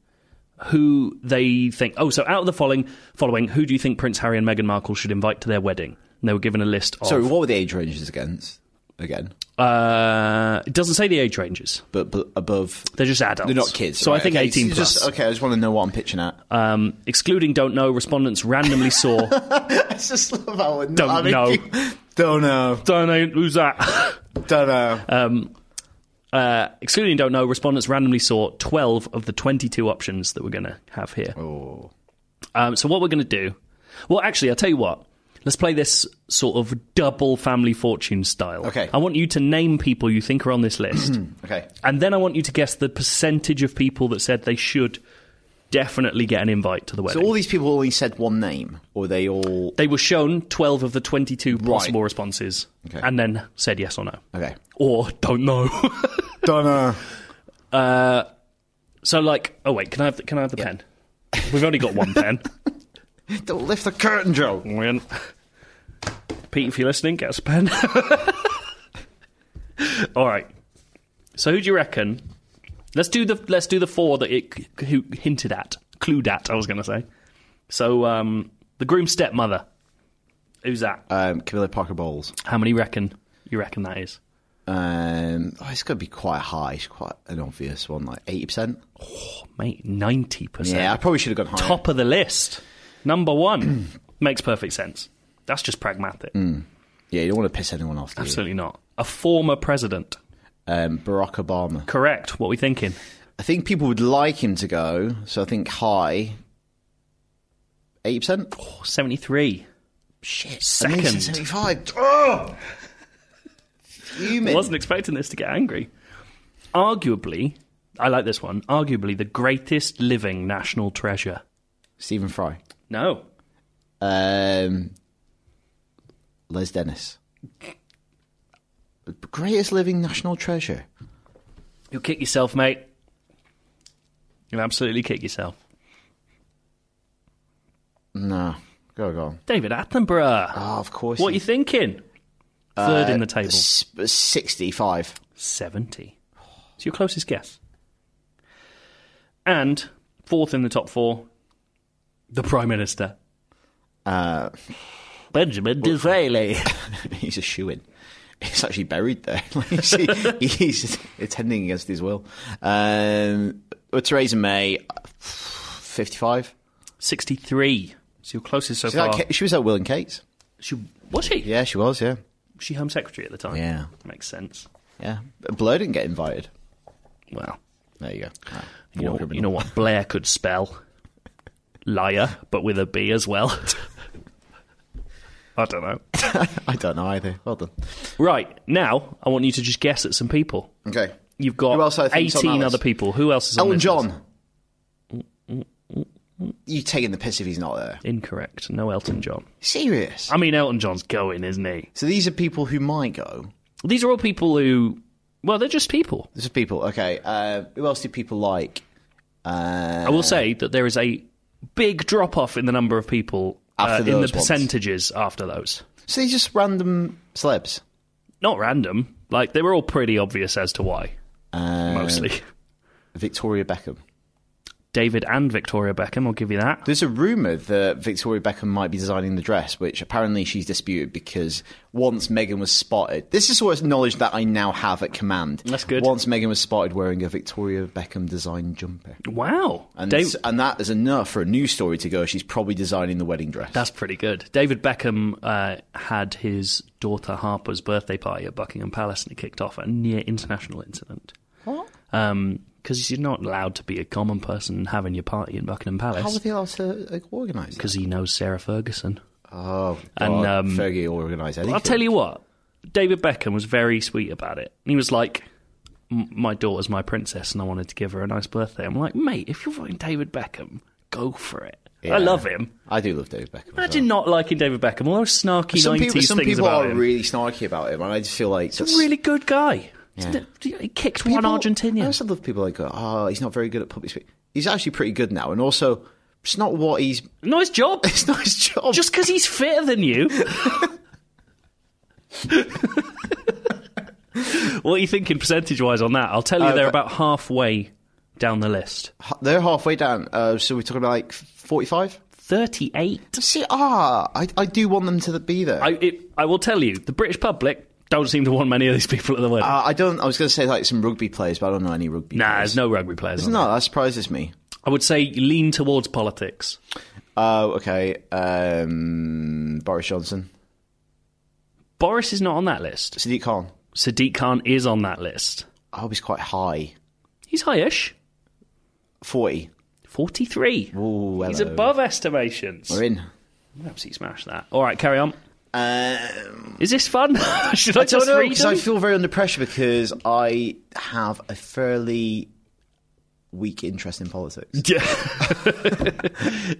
Speaker 3: who they think. Oh, so out of the following, following, who do you think Prince Harry and Meghan Markle should invite to their wedding? And they were given a list of.
Speaker 2: Sorry, what were the age ranges against? Again,
Speaker 3: Uh, it doesn't say the age ranges.
Speaker 2: but, but above.
Speaker 3: They're just adults.
Speaker 2: They're not kids.
Speaker 3: So
Speaker 2: right,
Speaker 3: I think
Speaker 2: okay,
Speaker 3: 18
Speaker 2: it's
Speaker 3: plus.
Speaker 2: Just, okay, I just want to know what I'm pitching at.
Speaker 3: um, excluding don't know, respondents randomly saw.
Speaker 2: I just love how we're not
Speaker 3: Don't
Speaker 2: having
Speaker 3: know.
Speaker 2: you- Don't know.
Speaker 3: don't know, who's that?
Speaker 2: Don't know.
Speaker 3: Uh, excluding don't know, respondents randomly saw 12 of the 22 options that we're going to have here.
Speaker 2: Oh.
Speaker 3: Um, so what we're going to do? Well, actually, I'll tell you what. Let's play this sort of double family fortune style.
Speaker 2: Okay.
Speaker 3: I want you to name people you think are on this list,
Speaker 2: Okay.
Speaker 3: and then I want you to guess the percentage of people that said they should definitely get an invite to the
Speaker 2: So
Speaker 3: wedding.
Speaker 2: all these people only said one name, or they all
Speaker 3: they were shown 12 of the 22 possible responses
Speaker 2: Okay.
Speaker 3: and then said yes or no.
Speaker 2: okay.
Speaker 3: Or don't know.
Speaker 2: Don't know.
Speaker 3: so like, oh wait, can I have the, can I have the pen? We've only got one pen.
Speaker 2: Don't lift the curtain, Joe.
Speaker 3: Brilliant. Pete, if you're listening, get us a pen. All right. So who do you reckon? Let's do the let's do the four that it c- who hinted at, clued at. I was going to say. So um, the groom's stepmother. Who's that?
Speaker 2: Um, Camilla Parker Bowles.
Speaker 3: How many reckon you reckon that is?
Speaker 2: Um, oh, it's going to be quite high. It's quite an obvious one, like eighty percent.
Speaker 3: Mate, ninety percent.
Speaker 2: Yeah, I probably should have gone higher.
Speaker 3: Top of the list, number one makes perfect sense. That's just pragmatic.
Speaker 2: Yeah, you don't want to piss anyone off. Do you?
Speaker 3: Absolutely not. A former president.
Speaker 2: Um, Barack Obama.
Speaker 3: Correct. What we thinking?
Speaker 2: I think people would like him to go, so I think high. 8%?
Speaker 3: Oh, 73.
Speaker 2: Shit.
Speaker 3: second.
Speaker 2: 75. Oh! Fuming.
Speaker 3: I wasn't expecting this to get angry. Arguably, I like this one, arguably the greatest living national treasure.
Speaker 2: Stephen Fry.
Speaker 3: No.
Speaker 2: Um, Les Dennis. Greatest living national treasure.
Speaker 3: You'll kick yourself, mate. You'll absolutely kick yourself.
Speaker 2: No. Go, go on.
Speaker 3: David Attenborough.
Speaker 2: Oh, Uh, of course.
Speaker 3: what are you thinking? Third in the table.
Speaker 2: S- 65.
Speaker 3: 70. It's your closest guess. And fourth in the top four, the Prime Minister.
Speaker 2: Uh,
Speaker 3: Benjamin Disraeli.
Speaker 2: he's a shoe in. He's actually buried there. Like, you see, he's attending against his will. Um, but Theresa May, 55.
Speaker 3: 63. It's your closest so
Speaker 2: Is
Speaker 3: far.
Speaker 2: that Ka- she was at Will and Kate's.
Speaker 3: She, was she?
Speaker 2: Yeah, she was, yeah.
Speaker 3: Was she Home Secretary at the time?
Speaker 2: Yeah.
Speaker 3: Makes sense.
Speaker 2: Yeah. But Blair didn't get invited.
Speaker 3: Well,
Speaker 2: There you go. Ah,
Speaker 3: you know,
Speaker 2: criminal.
Speaker 3: you know what Blair could spell? Liar, but with a B as well. I don't know.
Speaker 2: I don't know either. Well done.
Speaker 3: Right, now I want you to just guess at some people.
Speaker 2: Okay.
Speaker 3: You've got
Speaker 2: Who else I think's on
Speaker 3: 18
Speaker 2: that
Speaker 3: other
Speaker 2: list? Oh.
Speaker 3: people. Who else is on
Speaker 2: Elton
Speaker 3: this list?
Speaker 2: John. You taking the piss if he's not there?
Speaker 3: Incorrect. No Elton John.
Speaker 2: Serious.
Speaker 3: I mean, Elton John's going, isn't he?
Speaker 2: So these are people who might go.
Speaker 3: These are all people who, well, they're just people.
Speaker 2: These are people. Okay. Uh, who else do people like?
Speaker 3: I will say that there is a big drop off in the number of people uh,
Speaker 2: After
Speaker 3: in the
Speaker 2: those ones.
Speaker 3: percentages after those.
Speaker 2: So these are just random celebs.
Speaker 3: Not random. Like they were all pretty obvious as to why,
Speaker 2: Uh,
Speaker 3: mostly.
Speaker 2: Victoria Beckham.
Speaker 3: David and Victoria Beckham. I'll give you that.
Speaker 2: There's a rumor that Victoria Beckham might be designing the dress, which apparently she's disputed because once Meghan was spotted, this is sort of knowledge that I now have at command.
Speaker 3: That's good.
Speaker 2: Once Meghan was spotted wearing a Victoria Beckham designed jumper.
Speaker 3: Wow.
Speaker 2: And,
Speaker 3: Dave-
Speaker 2: s- and that is enough for a news story to go. She's probably designing the wedding dress.
Speaker 3: that's pretty good. David Beckham uh, had his daughter Harper's birthday party at Buckingham Palace, and it kicked off a near international incident.
Speaker 2: what?
Speaker 3: because you're not allowed to be a common person having your party in Buckingham
Speaker 2: How
Speaker 3: Palace
Speaker 2: would they allowed to like, organise it?
Speaker 3: because he knows Sarah Ferguson.
Speaker 2: Oh,
Speaker 3: And,
Speaker 2: God,
Speaker 3: um,
Speaker 2: Fergie organised anything.
Speaker 3: I'll tell you what, David Beckham was very sweet about it. He was like, "M- "My daughter's my princess, and I wanted to give her a nice birthday." I'm like, "Mate, if you're fucking David Beckham, go for it." I
Speaker 2: Yeah.
Speaker 3: love him.
Speaker 2: I do love David Beckham. as
Speaker 3: Imagine
Speaker 2: well.
Speaker 3: not liking David Beckham. All those snarky
Speaker 2: Some
Speaker 3: 90s
Speaker 2: people, some
Speaker 3: things
Speaker 2: people
Speaker 3: about
Speaker 2: are
Speaker 3: him.
Speaker 2: really snarky about him, and I just feel like
Speaker 3: He's
Speaker 2: that's-
Speaker 3: a really good guy.
Speaker 2: Yeah.
Speaker 3: He kicked
Speaker 2: people-
Speaker 3: one
Speaker 2: I
Speaker 3: Argentinian.
Speaker 2: also love people like, oh, he's not very good at public speaking. He's actually pretty good now, and also it's not what he's.
Speaker 3: Nice job.
Speaker 2: It's not his job.
Speaker 3: Just because he's fitter than you. what are you thinking percentage wise on that? I'll tell you
Speaker 2: Uh,
Speaker 3: they're
Speaker 2: but-
Speaker 3: about halfway down the list.
Speaker 2: they're halfway down. Uh, so we're talking about like forty-five.
Speaker 3: 38.
Speaker 2: See, ah, I, I do want them to be there.
Speaker 3: I, it, I will tell you, the British public don't seem to want many of these people at the wedding.
Speaker 2: Uh, I don't. I was going to say like some rugby players, but I don't know any rugby.
Speaker 3: nah,
Speaker 2: players.
Speaker 3: there's no rugby players. on
Speaker 2: no, that surprises me.
Speaker 3: there. I would say lean towards politics.
Speaker 2: Oh, okay. Um, Boris Johnson,
Speaker 3: Boris is not on that list.
Speaker 2: Sadiq Khan.
Speaker 3: Sadiq Khan is on that list.
Speaker 2: I hope he's quite high.
Speaker 3: He's highish.
Speaker 2: Forty.
Speaker 3: 43.
Speaker 2: Ooh,
Speaker 3: He's
Speaker 2: hello.
Speaker 3: above estimations.
Speaker 2: We're in.
Speaker 3: Absolutely smash that. All right, carry on.
Speaker 2: Um,
Speaker 3: Is this fun? Should I,
Speaker 2: I don't
Speaker 3: just
Speaker 2: know
Speaker 3: read
Speaker 2: because I
Speaker 3: them?
Speaker 2: feel very under pressure because I have a fairly weak interest in politics.
Speaker 3: Yeah.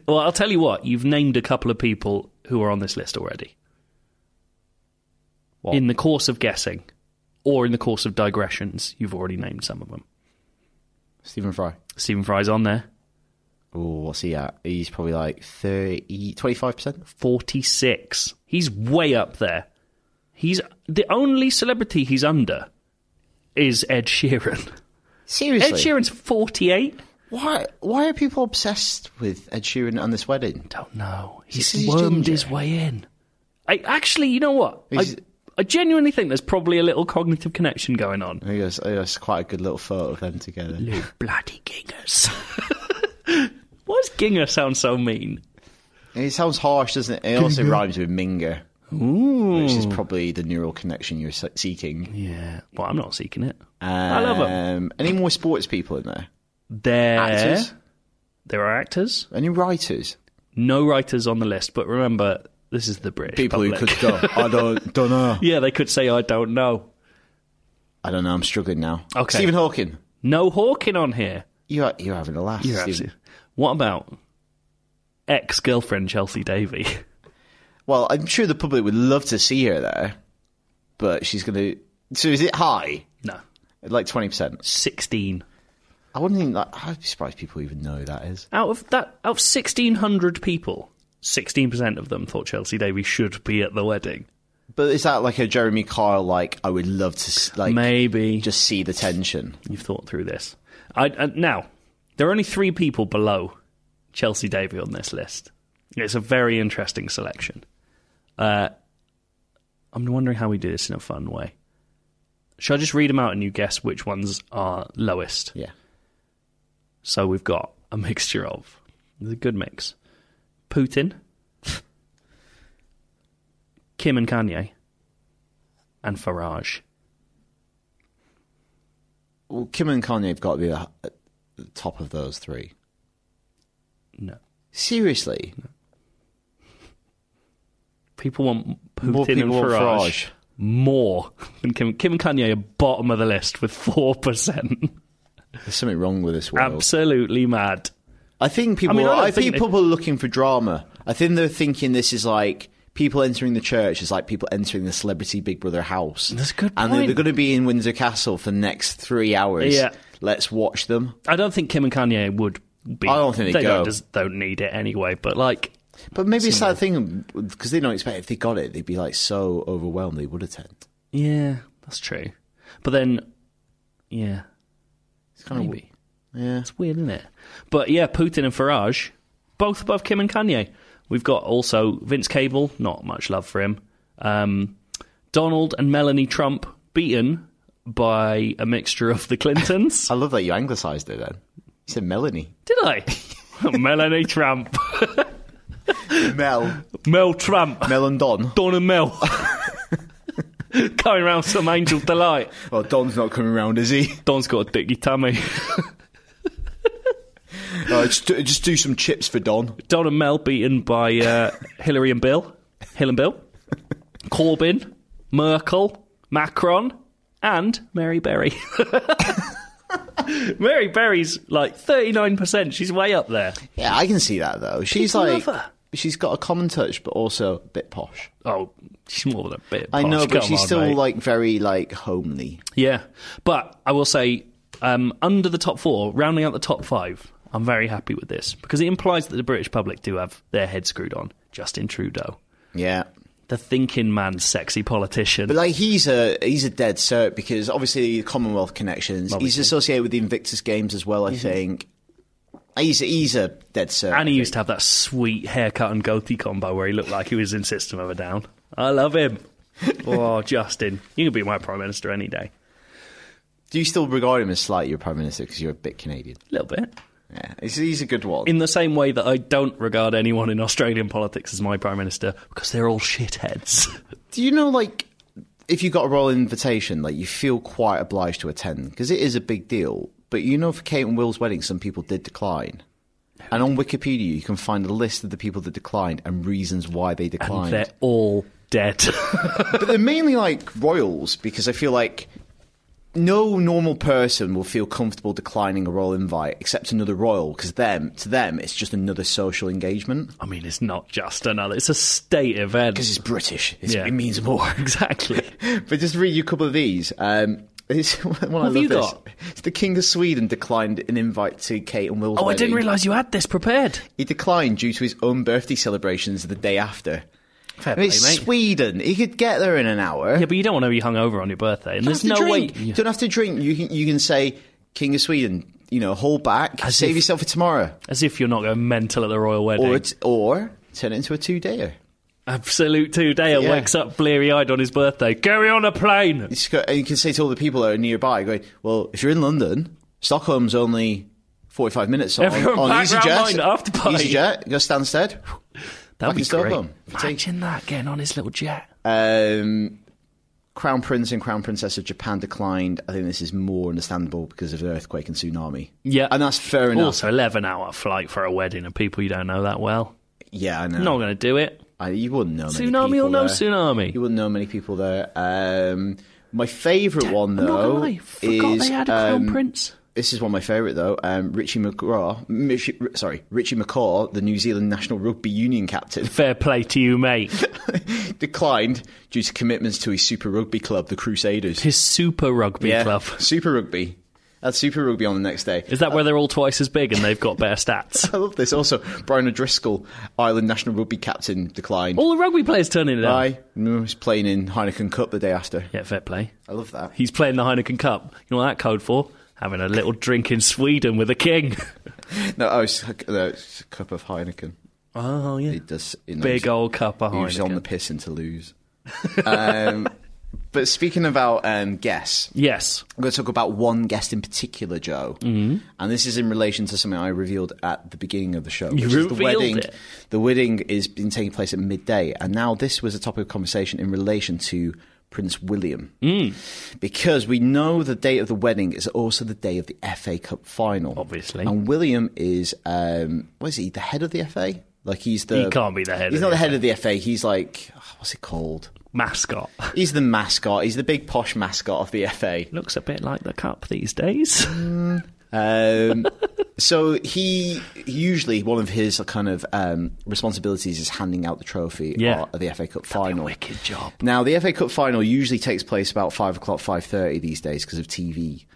Speaker 3: well, I'll tell you what. You've named a couple of people who are on this list already.
Speaker 2: What?
Speaker 3: In the course of guessing, or in the course of digressions, you've already named some of them.
Speaker 2: Stephen Fry.
Speaker 3: Stephen Fry's on there.
Speaker 2: Oh, what's he at? He's probably like 30, 25%.
Speaker 3: 46. He's way up there. He's the only celebrity he's under is Ed Sheeran.
Speaker 2: Seriously?
Speaker 3: Ed Sheeran's 48.
Speaker 2: Why, why are people obsessed with Ed Sheeran and this wedding?
Speaker 3: Don't know.
Speaker 2: He's
Speaker 3: He's,
Speaker 2: a
Speaker 3: wormed
Speaker 2: ginger.
Speaker 3: his way in. I actually, you know what? I,
Speaker 2: He's-
Speaker 3: I genuinely think there's probably a little cognitive connection going on.
Speaker 2: I guess, I guess quite a good little photo of them together.
Speaker 3: You bloody gingers. Why does ginger sound so mean?
Speaker 2: It sounds harsh, doesn't it? It also rhymes with Minger. Which is probably the neural connection you're se- seeking.
Speaker 3: Yeah. Well, I'm not seeking it.
Speaker 2: Um,
Speaker 3: I love 'em.
Speaker 2: Any more sports people in there?
Speaker 3: There,
Speaker 2: Actors?
Speaker 3: there are actors.
Speaker 2: Any writers?
Speaker 3: No writers on the list, but remember, this is the British
Speaker 2: People who
Speaker 3: public.
Speaker 2: could go, I don't, don't know.
Speaker 3: yeah, they could say I don't know.
Speaker 2: I don't know, I'm struggling now.
Speaker 3: Okay.
Speaker 2: Stephen Hawking.
Speaker 3: No Hawking on here.
Speaker 2: You're, you're having a laugh, Stephen.
Speaker 3: What about ex-girlfriend Chelsea Davy?
Speaker 2: Well, I'm sure the public would love to see her there, but she's going to. So is it high?
Speaker 3: no,
Speaker 2: Like 20%?
Speaker 3: sixteen.
Speaker 2: I wouldn't even. Like, I'd be surprised people even know who that is.
Speaker 3: Out of that, out of sixteen hundred people, sixteen percent of them thought Chelsea Davy should be at the wedding.
Speaker 2: But is that like a Jeremy Kyle, like, I would love to, s- like,
Speaker 3: Maybe
Speaker 2: just see the tension?
Speaker 3: you've thought through this. I, uh, now, there are only three people below Chelsea Davy on this list. It's a very interesting selection. Uh, I'm wondering how we do this in a fun way. Should I just read them out and you guess which ones are lowest?
Speaker 2: Yeah.
Speaker 3: So we've got a mixture of the good mix Putin, Kim and Kanye, and Farage.
Speaker 2: Well, Kim and Kanye have got to be the- at the top of those three.
Speaker 3: No.
Speaker 2: Seriously?
Speaker 3: People want Putin
Speaker 2: More people
Speaker 3: and
Speaker 2: want
Speaker 3: Farage,
Speaker 2: Farage.
Speaker 3: more than Kim. Kim and Kanye are bottom of the list with 4%.
Speaker 2: There's something wrong with this world.
Speaker 3: Absolutely mad.
Speaker 2: I think people. I,
Speaker 3: I mean, I don't
Speaker 2: think
Speaker 3: think they-
Speaker 2: people are looking for drama. I think they're thinking this is like people entering the church is like people entering the celebrity Big Brother house.
Speaker 3: That's a good
Speaker 2: And they're,
Speaker 3: point.
Speaker 2: going to be in Windsor Castle for the next three hours.
Speaker 3: Yeah.
Speaker 2: let's watch them.
Speaker 3: I don't think Kim and Kanye would be.
Speaker 2: I don't think they'd
Speaker 3: they
Speaker 2: go.
Speaker 3: Don't, just, don't need it anyway, but like,
Speaker 2: But maybe it's that thing because they don't expect if they got it, they'd be like so overwhelmed they would attend.
Speaker 3: yeah, that's true. But then, yeah,
Speaker 2: It's kind
Speaker 3: maybe.
Speaker 2: of yeah.
Speaker 3: It's weird, isn't it? But yeah, Putin and Farage, both above Kim and Kanye. We've got also Vince Cable, not much love for him. Um, Donald and Melanie Trump, beaten by a mixture of the Clintons.
Speaker 2: I love that you anglicised it. Then you said Melanie.
Speaker 3: Did I? Melanie Trump.
Speaker 2: Mel,
Speaker 3: Mel Trump.
Speaker 2: Mel and Don.
Speaker 3: Don and Mel. Going round some angel delight.
Speaker 2: Well, Don's not coming round, is he?
Speaker 3: Don's got a dicky tummy.
Speaker 2: Uh, just, do- just do some chips for Don.
Speaker 3: Don and Mel beaten by uh, Hillary and Bill, Hill and Bill, Corbyn, Merkel, Macron, and Mary Berry. Mary Berry's like thirty nine percent. She's way up there.
Speaker 2: Yeah, I can see that though. She's
Speaker 3: People
Speaker 2: like,
Speaker 3: love her.
Speaker 2: she's got a common touch, but also a bit posh.
Speaker 3: Oh, she's more than a bit.
Speaker 2: I know,
Speaker 3: posh.
Speaker 2: but
Speaker 3: Come
Speaker 2: she's
Speaker 3: on,
Speaker 2: still
Speaker 3: mate.
Speaker 2: like very like homely.
Speaker 3: yeah. But I will say, um, under the top four, rounding out the top five, I'm very happy with this because it implies that the British public do have their head screwed on. Justin Trudeau,
Speaker 2: Yeah,
Speaker 3: the thinking man, sexy politician.
Speaker 2: but like he's a he's a dead cert because obviously Commonwealth connections. He's
Speaker 3: Obviously.
Speaker 2: associated with the Invictus Games as well. I think he's he's a dead cert.
Speaker 3: Mm-hmm. And he used to have that sweet haircut and goatee combo where he looked like he was in System of a Down. I love him. oh, Justin, you could be my prime minister any day.
Speaker 2: Do you still regard him as slightly your prime minister because you're a bit Canadian?
Speaker 3: A little bit.
Speaker 2: Yeah, he's, he's a good one.
Speaker 3: In the same way that I don't regard anyone in Australian politics as my prime minister because they're all shitheads.
Speaker 2: Do you know like? If you got a royal invitation, like you feel quite obliged to attend because it is a big deal. But you know, for Kate and Will's wedding, some people did decline. And on Wikipedia, you can find a list of the people that declined and reasons why they declined.
Speaker 3: they're all dead.
Speaker 2: but they're mainly like royals because I feel like no normal person will feel comfortable declining a royal invite except another royal because them to them it's just another social engagement
Speaker 3: I mean, it's not just another, it's a state event.
Speaker 2: because it's British. It's,
Speaker 3: Yeah.
Speaker 2: It means more.
Speaker 3: Exactly.
Speaker 2: but just read you a couple of these. Um, this one I love
Speaker 3: have you
Speaker 2: this.
Speaker 3: got?
Speaker 2: It's the King of Sweden declined an invite to Kate and Will's
Speaker 3: Oh, I
Speaker 2: wedding.
Speaker 3: didn't realise you had this prepared.
Speaker 2: He declined due to his own birthday celebrations the day after.
Speaker 3: Fair
Speaker 2: I
Speaker 3: play,
Speaker 2: mean,
Speaker 3: mate.
Speaker 2: it's Sweden. He could get there in an hour.
Speaker 3: Yeah, but you don't want to be hungover on your birthday. And
Speaker 2: You
Speaker 3: there's
Speaker 2: don't have
Speaker 3: no
Speaker 2: to
Speaker 3: way.
Speaker 2: drink. You don't have to drink. You can, you can say, King of Sweden, you know, hold back,
Speaker 3: As
Speaker 2: save
Speaker 3: if-
Speaker 2: yourself for tomorrow.
Speaker 3: As if you're not going mental at the royal wedding.
Speaker 2: Or, it's, or turn it into a two-dayer.
Speaker 3: Absolute two dayer
Speaker 2: Yeah.
Speaker 3: wakes up bleary eyed on his birthday. Carry on a plane.
Speaker 2: It's got- and you can say to all the people that are nearby, going, well, if you're in London, Stockholm's only 45 minutes on,
Speaker 3: Everyone
Speaker 2: on
Speaker 3: back round
Speaker 2: EasyJet.
Speaker 3: mine after party.
Speaker 2: EasyJet, go Stansted. Back in
Speaker 3: That'd be great.
Speaker 2: Stockholm.
Speaker 3: Imagine that getting on his little jet.
Speaker 2: Um, Crown Prince and Crown Princess of Japan declined. I think this is more understandable because of the earthquake and tsunami.
Speaker 3: Yeah.
Speaker 2: and that's fair enough.
Speaker 3: Also, 11 hour flight for a wedding of people you don't know that well.
Speaker 2: yeah, I know.
Speaker 3: Not going to do it.
Speaker 2: I, you wouldn't know many
Speaker 3: Tsunami
Speaker 2: people
Speaker 3: or no
Speaker 2: there.
Speaker 3: tsunami?
Speaker 2: You wouldn't know many people there. Um, my favourite one
Speaker 3: I'm not
Speaker 2: though
Speaker 3: gonna lie, forgot
Speaker 2: is
Speaker 3: they had a crown
Speaker 2: um,
Speaker 3: prince.
Speaker 2: This is one of my favourite though. Um, Richie McGraw, Michi, R- sorry, Richie McCaw, the New Zealand national rugby union captain,
Speaker 3: Fair play to you, mate.
Speaker 2: declined due to commitments to his Super Rugby club, the Crusaders.
Speaker 3: His super rugby
Speaker 2: yeah,
Speaker 3: club.
Speaker 2: Super Rugby. That's Super Rugby on the next day.
Speaker 3: Is that where they're all twice as big and they've got better stats?
Speaker 2: I love this. Also, Brian O'Driscoll, Ireland national rugby captain, declined.
Speaker 3: all the rugby players turning it up.
Speaker 2: I was playing in Heineken Cup the day after.
Speaker 3: Yeah, fair play.
Speaker 2: I love that.
Speaker 3: He's playing the Heineken Cup. You know what that code for? Having a little drink in Sweden with the king.
Speaker 2: No, oh, it's, no, it's a cup of Heineken.
Speaker 3: Oh, yeah.
Speaker 2: It does. You know,
Speaker 3: Big
Speaker 2: he's-
Speaker 3: old cup of
Speaker 2: He was on the
Speaker 3: Heineken.
Speaker 2: piss and to lose. um, but speaking about um, guests,
Speaker 3: yes.
Speaker 2: I'm going to talk about one guest in particular, Joe. Mm-hmm. And this is in relation to something I revealed at the beginning of the show. which is the
Speaker 3: revealed
Speaker 2: wedding.
Speaker 3: it.
Speaker 2: The wedding is been taking place at midday, and now this was a topic of conversation in relation to Prince William,
Speaker 3: Mm.
Speaker 2: because we know the date of the wedding is also the day of the FA Cup final,
Speaker 3: Obviously.
Speaker 2: And William is, um, what is he? The head of the FA? Like he's the
Speaker 3: He can't be the head
Speaker 2: He's
Speaker 3: of
Speaker 2: not
Speaker 3: the
Speaker 2: the head of the FA. He's like oh, what's it called?
Speaker 3: Mascot.
Speaker 2: He's the mascot. He's the big posh mascot of the FA.
Speaker 3: Looks a bit like the cup these days.
Speaker 2: Um, so he usually one of his kind of um, responsibilities is handing out the trophy
Speaker 3: Yeah.
Speaker 2: at the FA Cup final.
Speaker 3: Wicked job.
Speaker 2: Now the FA Cup final usually takes place about five o'clock, five thirty these days because of TV.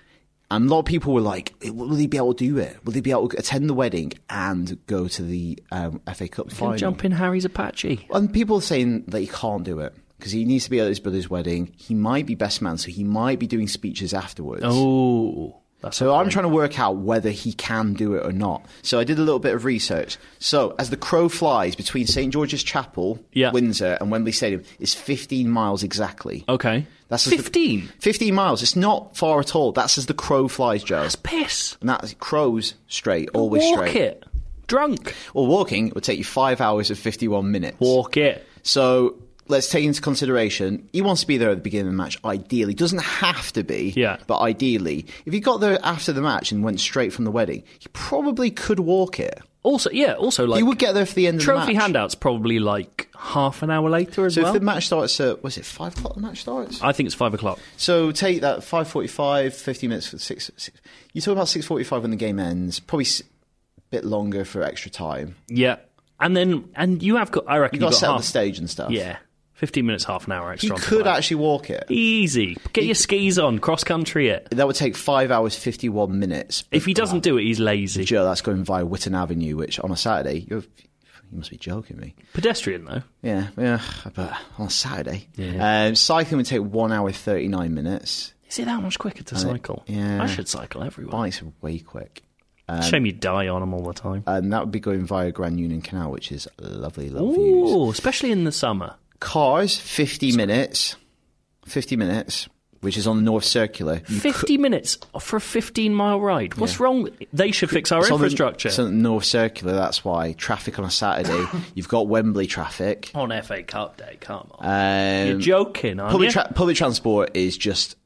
Speaker 2: And a lot of people were like, "Will they be able to do it? Will they be able to attend the wedding and go to the um, FA Cup final?"
Speaker 3: Can jump in Harry's Apache.
Speaker 2: And people are saying that he can't do it because he needs to be at his brother's wedding. He might be best man, so he might be doing speeches afterwards.
Speaker 3: Oh, that's
Speaker 2: So I'm trying to work out whether he can do it or not. So I did a little bit of research. So as the crow flies between St George's Chapel,
Speaker 3: Yeah.
Speaker 2: Windsor, and Wembley Stadium, it's 15 miles exactly.
Speaker 3: okay.
Speaker 2: That's as the-
Speaker 3: 15.
Speaker 2: 15 miles. It's not far at all. That's as the crow flies, Joe.
Speaker 3: That's piss.
Speaker 2: And that's crows straight, always
Speaker 3: Walk
Speaker 2: straight.
Speaker 3: it. Drunk.
Speaker 2: Well, walking would take you five hours and 51 minutes.
Speaker 3: Walk it.
Speaker 2: So let's take into consideration he wants to be there at the beginning of the match, ideally. Doesn't have to be,
Speaker 3: Yeah.
Speaker 2: but ideally. If he got there after the match and went straight from the wedding, he probably could walk it.
Speaker 3: Also, yeah, also like
Speaker 2: he would get there for the end of the match.
Speaker 3: trophy handouts probably like half an hour later as
Speaker 2: So
Speaker 3: well.
Speaker 2: if the match starts at, was it 5 o'clock the match starts?
Speaker 3: I think it's five o'clock.
Speaker 2: So take that 5.45, 50 minutes for 6, six you talk about 6.45 when the game ends, probably s- a bit longer for extra time.
Speaker 3: Yeah. And then, and you have got, I reckon
Speaker 2: You've
Speaker 3: you
Speaker 2: got to
Speaker 3: got
Speaker 2: set up
Speaker 3: half.
Speaker 2: the stage and stuff.
Speaker 3: Yeah. 15 minutes, half an hour
Speaker 2: He
Speaker 3: extra. on top of
Speaker 2: could
Speaker 3: that.
Speaker 2: actually walk it.
Speaker 3: Easy. Get your skis on, cross country it.
Speaker 2: That would take 5 hours, 51 minutes.
Speaker 3: If he doesn't do it, he's lazy.
Speaker 2: Joe, that's going via Witten Avenue, which on a Saturday, you're, you must be joking me.
Speaker 3: Pedestrian, though.
Speaker 2: Yeah, yeah, but on a Saturday,
Speaker 3: Yeah.
Speaker 2: um, cycling would take one hour thirty nine minutes.
Speaker 3: Is it that much quicker to cycle?
Speaker 2: Uh, yeah.
Speaker 3: I should cycle everywhere.
Speaker 2: Bikes are way quick,
Speaker 3: Shame you die on them all the time.
Speaker 2: and that would be going via Grand Union Canal, which is lovely, lovely views.
Speaker 3: Ooh, especially in the summer.
Speaker 2: Cars, fifty minutes, fifty minutes, which is on the North Circular. You c-
Speaker 3: 50 minutes for a 15 mile ride. What's wrong? They should fix our
Speaker 2: it's on the-
Speaker 3: infrastructure.
Speaker 2: it's on the North Circular. That's why traffic on a Saturday. you've got Wembley traffic.
Speaker 3: on FA Cup day, come on.
Speaker 2: Um,
Speaker 3: You're joking, aren't
Speaker 2: public
Speaker 3: you?
Speaker 2: tra- public transport is just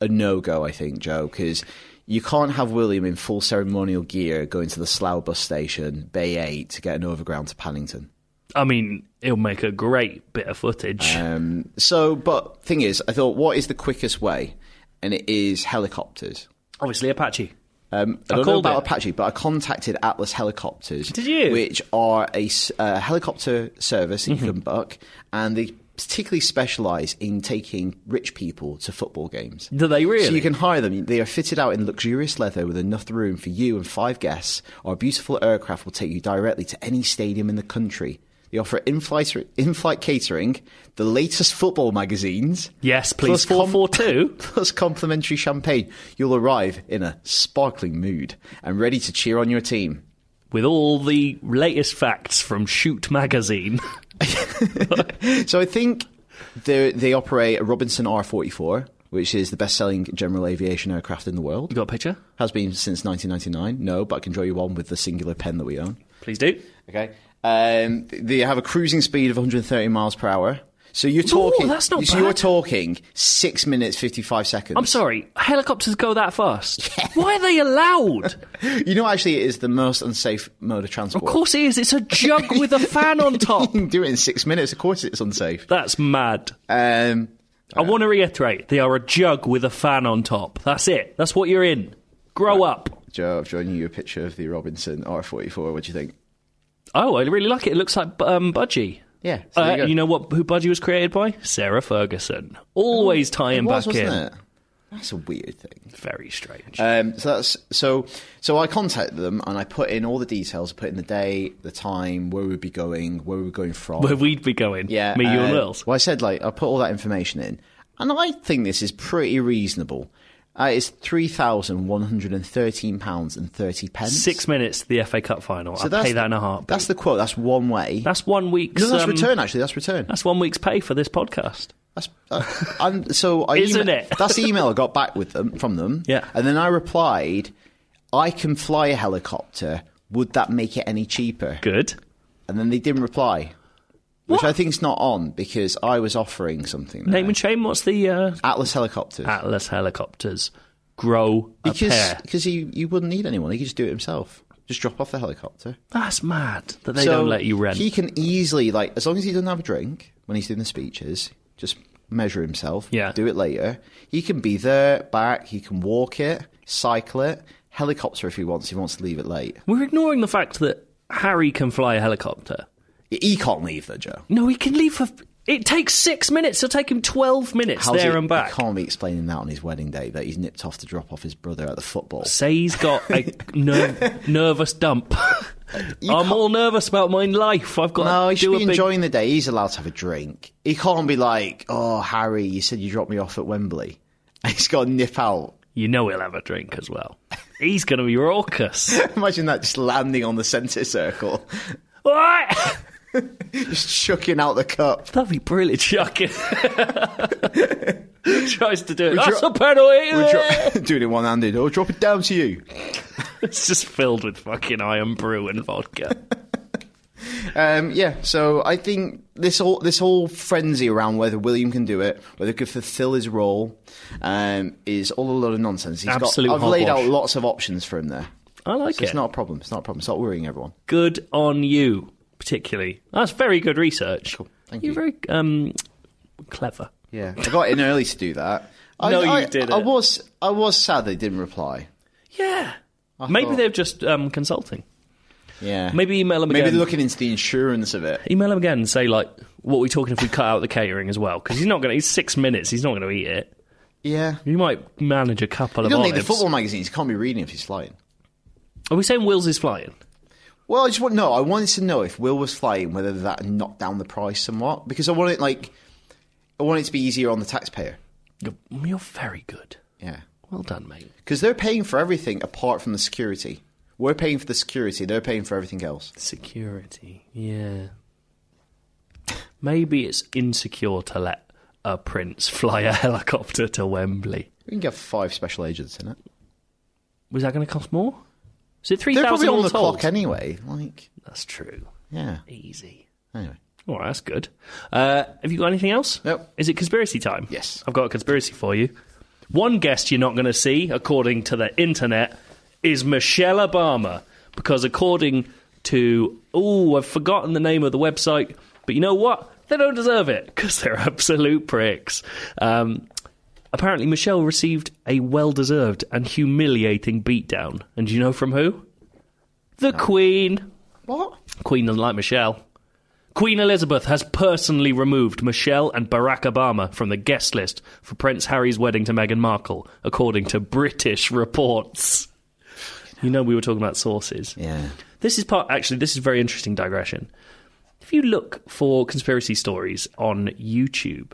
Speaker 2: a no go, I think, Joe, because you can't have William in full ceremonial gear going to the Slough bus station, Bay Eight, to get an overground to Paddington.
Speaker 3: I mean, it'll make a great bit of footage.
Speaker 2: Um, so, but thing is, I thought, what is the quickest way? And it is helicopters.
Speaker 3: Obviously, Apache.
Speaker 2: Um, I
Speaker 3: I
Speaker 2: don't know
Speaker 3: called
Speaker 2: about
Speaker 3: it.
Speaker 2: Apache, but I contacted Atlas Helicopters.
Speaker 3: Did you?
Speaker 2: Which are a s- uh, helicopter service that
Speaker 3: Mm-hmm.
Speaker 2: you can book, and they particularly specialise in taking rich people to football games.
Speaker 3: Do they really?
Speaker 2: So you can hire them. They are fitted out in luxurious leather with enough room for you and five guests. Our beautiful aircraft will take you directly to any stadium in the country. They offer in-flight, in-flight catering, the latest football magazines.
Speaker 3: Yes,
Speaker 2: plus
Speaker 3: please.
Speaker 2: com-
Speaker 3: 442.
Speaker 2: plus complimentary champagne. You'll arrive in a sparkling mood and ready to cheer on your team.
Speaker 3: With all the latest facts from Shoot Magazine.
Speaker 2: So I think they they operate a Robinson R44, which is the best-selling general aviation aircraft in the world.
Speaker 3: You got a picture?
Speaker 2: Has been since 1999. No, but I can draw you one with the singular pen that we own.
Speaker 3: Please do.
Speaker 2: Okay. Um, they have a cruising speed of 130 miles per hour. So you're talking.
Speaker 3: that's not
Speaker 2: so you're
Speaker 3: bad.
Speaker 2: talking six minutes fifty five seconds.
Speaker 3: I'm sorry, helicopters go that fast. Why are they allowed?
Speaker 2: You know, actually, it is the most unsafe mode of transport.
Speaker 3: Of course it is. It's a jug with a fan on top.
Speaker 2: you can do it in six minutes. Of course, it's unsafe.
Speaker 3: That's mad.
Speaker 2: Um,
Speaker 3: I want to reiterate, they are a jug with a fan on top. That's it. That's what you're in. Grow up.
Speaker 2: Joe, I've drawn you a picture of the Robinson R44. What do you think?
Speaker 3: Oh, I really like it. It looks like um, Budgie.
Speaker 2: Yeah, so there
Speaker 3: Uh,
Speaker 2: you go.
Speaker 3: you know what? Who Budgie was created by? Sarah Ferguson. Always tying
Speaker 2: it was,
Speaker 3: back
Speaker 2: wasn't
Speaker 3: in.
Speaker 2: it? That's a weird thing.
Speaker 3: Very strange.
Speaker 2: Um, so that's so. So I contacted them and I put in all the details. I put in the day, the time, where we'd be going, where we were going from.
Speaker 3: Where we'd be going.
Speaker 2: Yeah,
Speaker 3: Me, you, and
Speaker 2: uh,
Speaker 3: Wills.
Speaker 2: Well, I said like I put all that information in, and I think this is pretty reasonable. Uh, it's three thousand one hundred and thirteen pounds and thirty pence.
Speaker 3: Six minutes to the FA Cup final. I pay that in a heartbeat.
Speaker 2: That's the quote. That's one way.
Speaker 3: That's one week's.
Speaker 2: no, that's
Speaker 3: um,
Speaker 2: return. Actually, that's return.
Speaker 3: That's one week's pay for this podcast.
Speaker 2: That's, uh, and so I
Speaker 3: Isn't
Speaker 2: ema-
Speaker 3: it?
Speaker 2: that's the email I got back with them from them.
Speaker 3: Yeah.
Speaker 2: and then I replied, "I can fly a helicopter. Would that make it any cheaper?"
Speaker 3: Good.
Speaker 2: And then they didn't reply, which I think's not on because I was offering something. there.
Speaker 3: Name and shame. What's the uh,
Speaker 2: Atlas helicopters.
Speaker 3: Atlas helicopters? Grow a
Speaker 2: because
Speaker 3: pair.
Speaker 2: because he you wouldn't need anyone. He could just do it himself. Just drop off the helicopter.
Speaker 3: That's mad that they
Speaker 2: So
Speaker 3: don't let you rent.
Speaker 2: He can easily like as long as he doesn't have a drink when he's doing the speeches. Just measure himself.
Speaker 3: Yeah.
Speaker 2: Do it later. He can be there, back. He can walk it, cycle it, helicopter if he wants. He wants to leave it late.
Speaker 3: We're ignoring the fact that Harry can fly a helicopter.
Speaker 2: He can't leave though, Joe.
Speaker 3: No, he can leave for. It takes six minutes. It'll take him twelve minutes
Speaker 2: How's
Speaker 3: there
Speaker 2: he-
Speaker 3: and back.
Speaker 2: He can't be explaining that on his wedding day that he's nipped off to drop off his brother at the football.
Speaker 3: Say he's got a ner- nervous dump. I'm all nervous about my life. I've got
Speaker 2: No,
Speaker 3: to
Speaker 2: Oh, he should
Speaker 3: do a
Speaker 2: be
Speaker 3: big.
Speaker 2: enjoying the day. He's allowed to have a drink. He can't be like, oh, Harry, you said you dropped me off at Wembley. He's got to nip out.
Speaker 3: you know he'll have a drink as well. He's going to be raucous.
Speaker 2: Imagine that just landing on the centre circle,
Speaker 3: all right.
Speaker 2: just chucking out the cup.
Speaker 3: That'd be brilliant, chucking. Tries to do it. That's
Speaker 2: dro-
Speaker 3: a penalty.
Speaker 2: We're dro- doing it one handed. Oh, drop it down to you.
Speaker 3: it's just filled with fucking iron brew and vodka.
Speaker 2: Um, yeah, so I think this whole this whole frenzy around whether William can do it, whether he could fulfil his role, um, is all a lot of nonsense. He's
Speaker 3: Absolute
Speaker 2: got, I've laid out
Speaker 3: hogwash.
Speaker 2: lots of options for him there.
Speaker 3: I like
Speaker 2: So
Speaker 3: it.
Speaker 2: it's not a problem. It's not a problem. Stop worrying everyone.
Speaker 3: good on you, particularly. That's very good research.
Speaker 2: Thank
Speaker 3: You're
Speaker 2: you.
Speaker 3: very um, clever.
Speaker 2: Yeah, I got in early to do that. I,
Speaker 3: No, you
Speaker 2: I-
Speaker 3: didn't.
Speaker 2: I was I was sad they didn't reply.
Speaker 3: Yeah. Maybe
Speaker 2: thought-
Speaker 3: they're just um, consulting.
Speaker 2: Yeah,
Speaker 3: Maybe email him
Speaker 2: maybe
Speaker 3: again.
Speaker 2: looking into the insurance of it.
Speaker 3: Email him again and say like, "What are we talking if we cut out the catering as well?" Because he's not going. to He's six minutes. He's not going to eat it.
Speaker 2: Yeah,
Speaker 3: You might manage a couple
Speaker 2: you
Speaker 3: of
Speaker 2: don't
Speaker 3: olives.
Speaker 2: need the football magazines. You can't be reading if he's flying.
Speaker 3: Are we saying Wills is flying?
Speaker 2: Well, I just want no. I wanted to know if Will was flying, whether that knocked down the price somewhat, because I want it like I want it to be easier on the taxpayer.
Speaker 3: You're, you're very good.
Speaker 2: Yeah,
Speaker 3: Well done, mate.
Speaker 2: because they're paying for everything apart from the security. We're paying for the security. They're paying for everything else.
Speaker 3: Security. Yeah. Maybe it's insecure to let a prince fly a helicopter to Wembley.
Speaker 2: We can get five special agents in it.
Speaker 3: Was that going to cost more? Is it three
Speaker 2: They're probably
Speaker 3: thousand
Speaker 2: on
Speaker 3: all
Speaker 2: the
Speaker 3: told?
Speaker 2: clock eh? anyway. Like,
Speaker 3: That's true.
Speaker 2: yeah.
Speaker 3: Easy.
Speaker 2: Anyway.
Speaker 3: All right, that's good. Uh, have you got anything else?
Speaker 2: Nope.
Speaker 3: Is it conspiracy time?
Speaker 2: Yes.
Speaker 3: I've got a conspiracy for you. One guest you're not going to see, according to the internet, is Michelle Obama. Because according to, oh, I've forgotten the name of the website, but you know what? They don't deserve it because they're absolute pricks. Um, apparently, Michelle received a well deserved and humiliating beatdown. And do you know from who? The Queen.
Speaker 2: What?
Speaker 3: Queen doesn't like Michelle. Queen Elizabeth has personally removed Michelle and Barack Obama from the guest list for Prince Harry's wedding to Meghan Markle, according to British reports. You know, we were talking about sources.
Speaker 2: Yeah.
Speaker 3: This is part, actually, this is a very interesting digression. If you look for conspiracy stories on YouTube,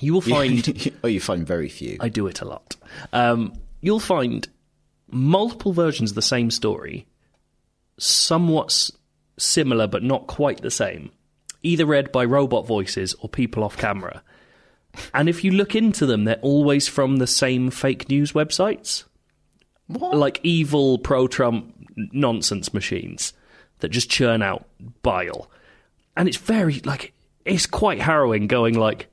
Speaker 3: you will find
Speaker 2: oh, you find very few.
Speaker 3: I do it a lot. Um, you'll find multiple versions of the same story, somewhat s- similar but not quite the same, either read by robot voices or people off camera. And if you look into them, they're always from the same fake news websites,
Speaker 2: What?
Speaker 3: like evil pro Trump nonsense machines that just churn out bile. And it's very, like, it's quite harrowing going like,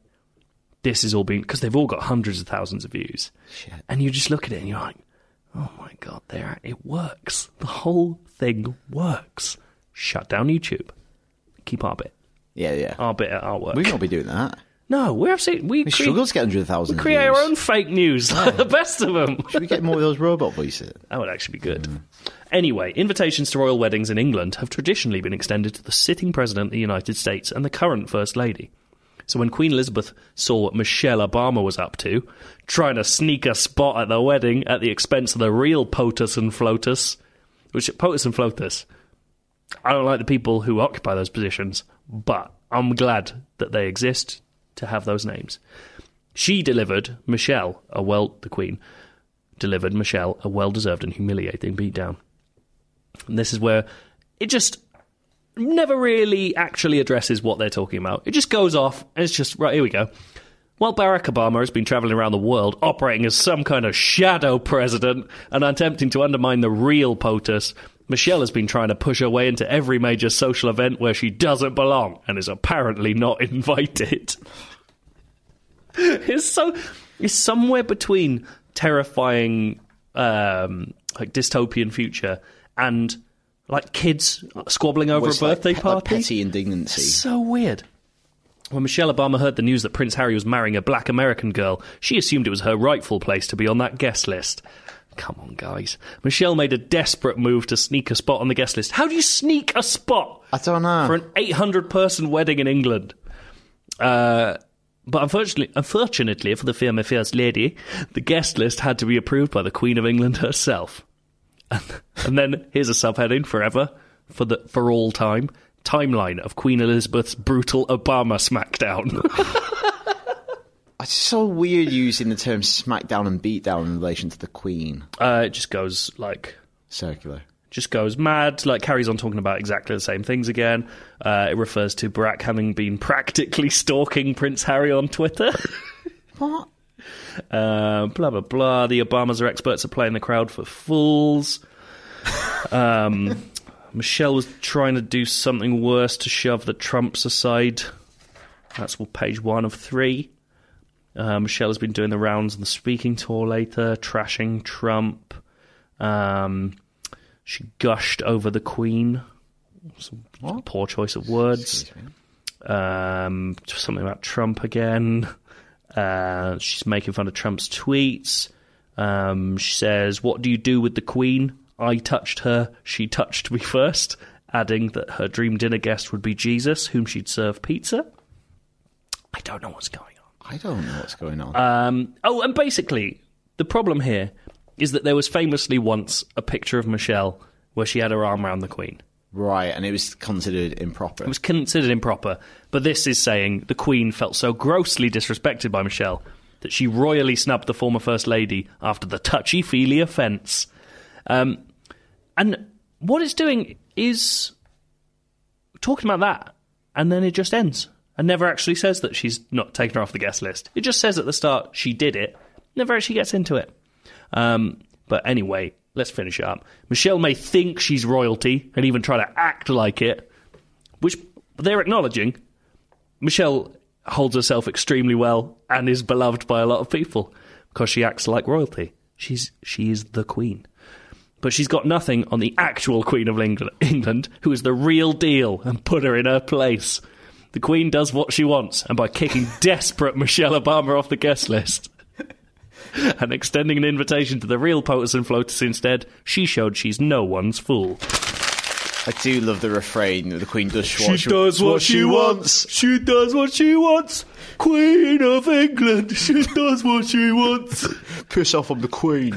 Speaker 3: this is all being because they've all got hundreds of thousands of views, and you just look at it and you're like, oh my god, there it works. The whole thing works. Shut down YouTube. Keep our bit,
Speaker 2: Yeah, yeah.
Speaker 3: our bit at our work.
Speaker 2: we won't be doing that.
Speaker 3: no, we're absolutely we,
Speaker 2: We
Speaker 3: crea-
Speaker 2: struggle to get 100,000
Speaker 3: we create our
Speaker 2: views.
Speaker 3: own fake news. like the best of them.
Speaker 2: Should we get more of those robot voices?
Speaker 3: That would actually be good. Anyway, invitations to royal weddings in England have traditionally been extended to the sitting president of the United States and the current First Lady. So when Queen Elizabeth saw what Michelle Obama was up to, trying to sneak a spot at the wedding at the expense of the real POTUS and FLOTUS, which POTUS and FLOTUS, I don't like the people who occupy those positions, but I'm glad that they exist to have those names. She delivered Michelle, a well, the Queen, delivered Michelle a well deserved and humiliating beatdown. And this is where it just never really actually addresses what they're talking about. It just goes off and it's just, right, here we go. While Barack Obama has been traveling around the world operating as some kind of shadow president and attempting to undermine the real POTUS, Michelle has been trying to push her way into every major social event where she doesn't belong and is apparently not invited. it's so it's somewhere between terrifying um like dystopian future and like kids squabbling over
Speaker 2: It's
Speaker 3: a
Speaker 2: like
Speaker 3: birthday
Speaker 2: pe- like
Speaker 3: party
Speaker 2: petty indignancy.
Speaker 3: so weird. When Michelle Obama heard the news that Prince Harry was marrying a black American girl, she assumed it was her rightful place to be on that guest list. Come on, guys. Michelle made a desperate move to sneak a spot on the guest list. How do you sneak a spot
Speaker 2: I don't know.
Speaker 3: for an 800 person wedding in England? Uh, but unfortunately, unfortunately for the firm First Lady, the guest list had to be approved by the Queen of England herself. And then here's a subheading forever for the for all time timeline of Queen Elizabeth's brutal Obama smackdown.
Speaker 2: It's so weird using the term smackdown and beatdown in relation to the Queen.
Speaker 3: uh, it just goes like
Speaker 2: Circular.
Speaker 3: just goes mad. Like carries on talking about exactly the same things again. Uh, it refers to Barack having been practically stalking Prince Harry on Twitter.
Speaker 2: What?
Speaker 3: Uh, blah blah blah. The Obamas are experts at playing the crowd for fools. Um, Michelle was trying to do something worse to shove the Trumps aside. That's well, page one of three. Uh, Michelle has been doing the rounds on the speaking tour later, trashing Trump. Um, she gushed over the Queen. Some poor choice of words um, something about Trump again. Uh, she's making fun of Trump's tweets. Um, she says, "What do you do with the Queen? I touched her. She touched me first. Adding that her dream dinner guest would be Jesus, whom she'd serve pizza. I don't know what's going on.
Speaker 2: I don't know what's going on.
Speaker 3: Um, oh, and basically, the problem here is that there was famously once a picture of Michelle where she had her arm around the Queen.
Speaker 2: right, and it was considered improper.
Speaker 3: It was considered improper, but this is saying the Queen felt so grossly disrespected by Michelle that she royally snubbed the former First Lady after the touchy feely offence. Um, and what it's doing is talking about that, and then it just ends and never actually says that she's not taken her off the guest list. It just says at the start she did it, never actually gets into it. Um, but anyway, let's finish it up. Michelle may think she's royalty and even try to act like it, which they're acknowledging. Michelle holds herself extremely well and is beloved by a lot of people because she acts like royalty. She's she is the queen. But she's got nothing on the actual Queen of Engl- England, who is the real deal, and put her in her place. The Queen does what she wants, and by kicking desperate Michelle Obama off the guest list and extending an invitation to the real POTUS and FLOTUS instead, she showed she's no one's fool.
Speaker 2: I do love the refrain that the Queen does
Speaker 3: She,
Speaker 2: what she,
Speaker 3: does what she wants. She does what she wants. Queen of England. She does what she wants.
Speaker 2: Piss off, I'm the Queen.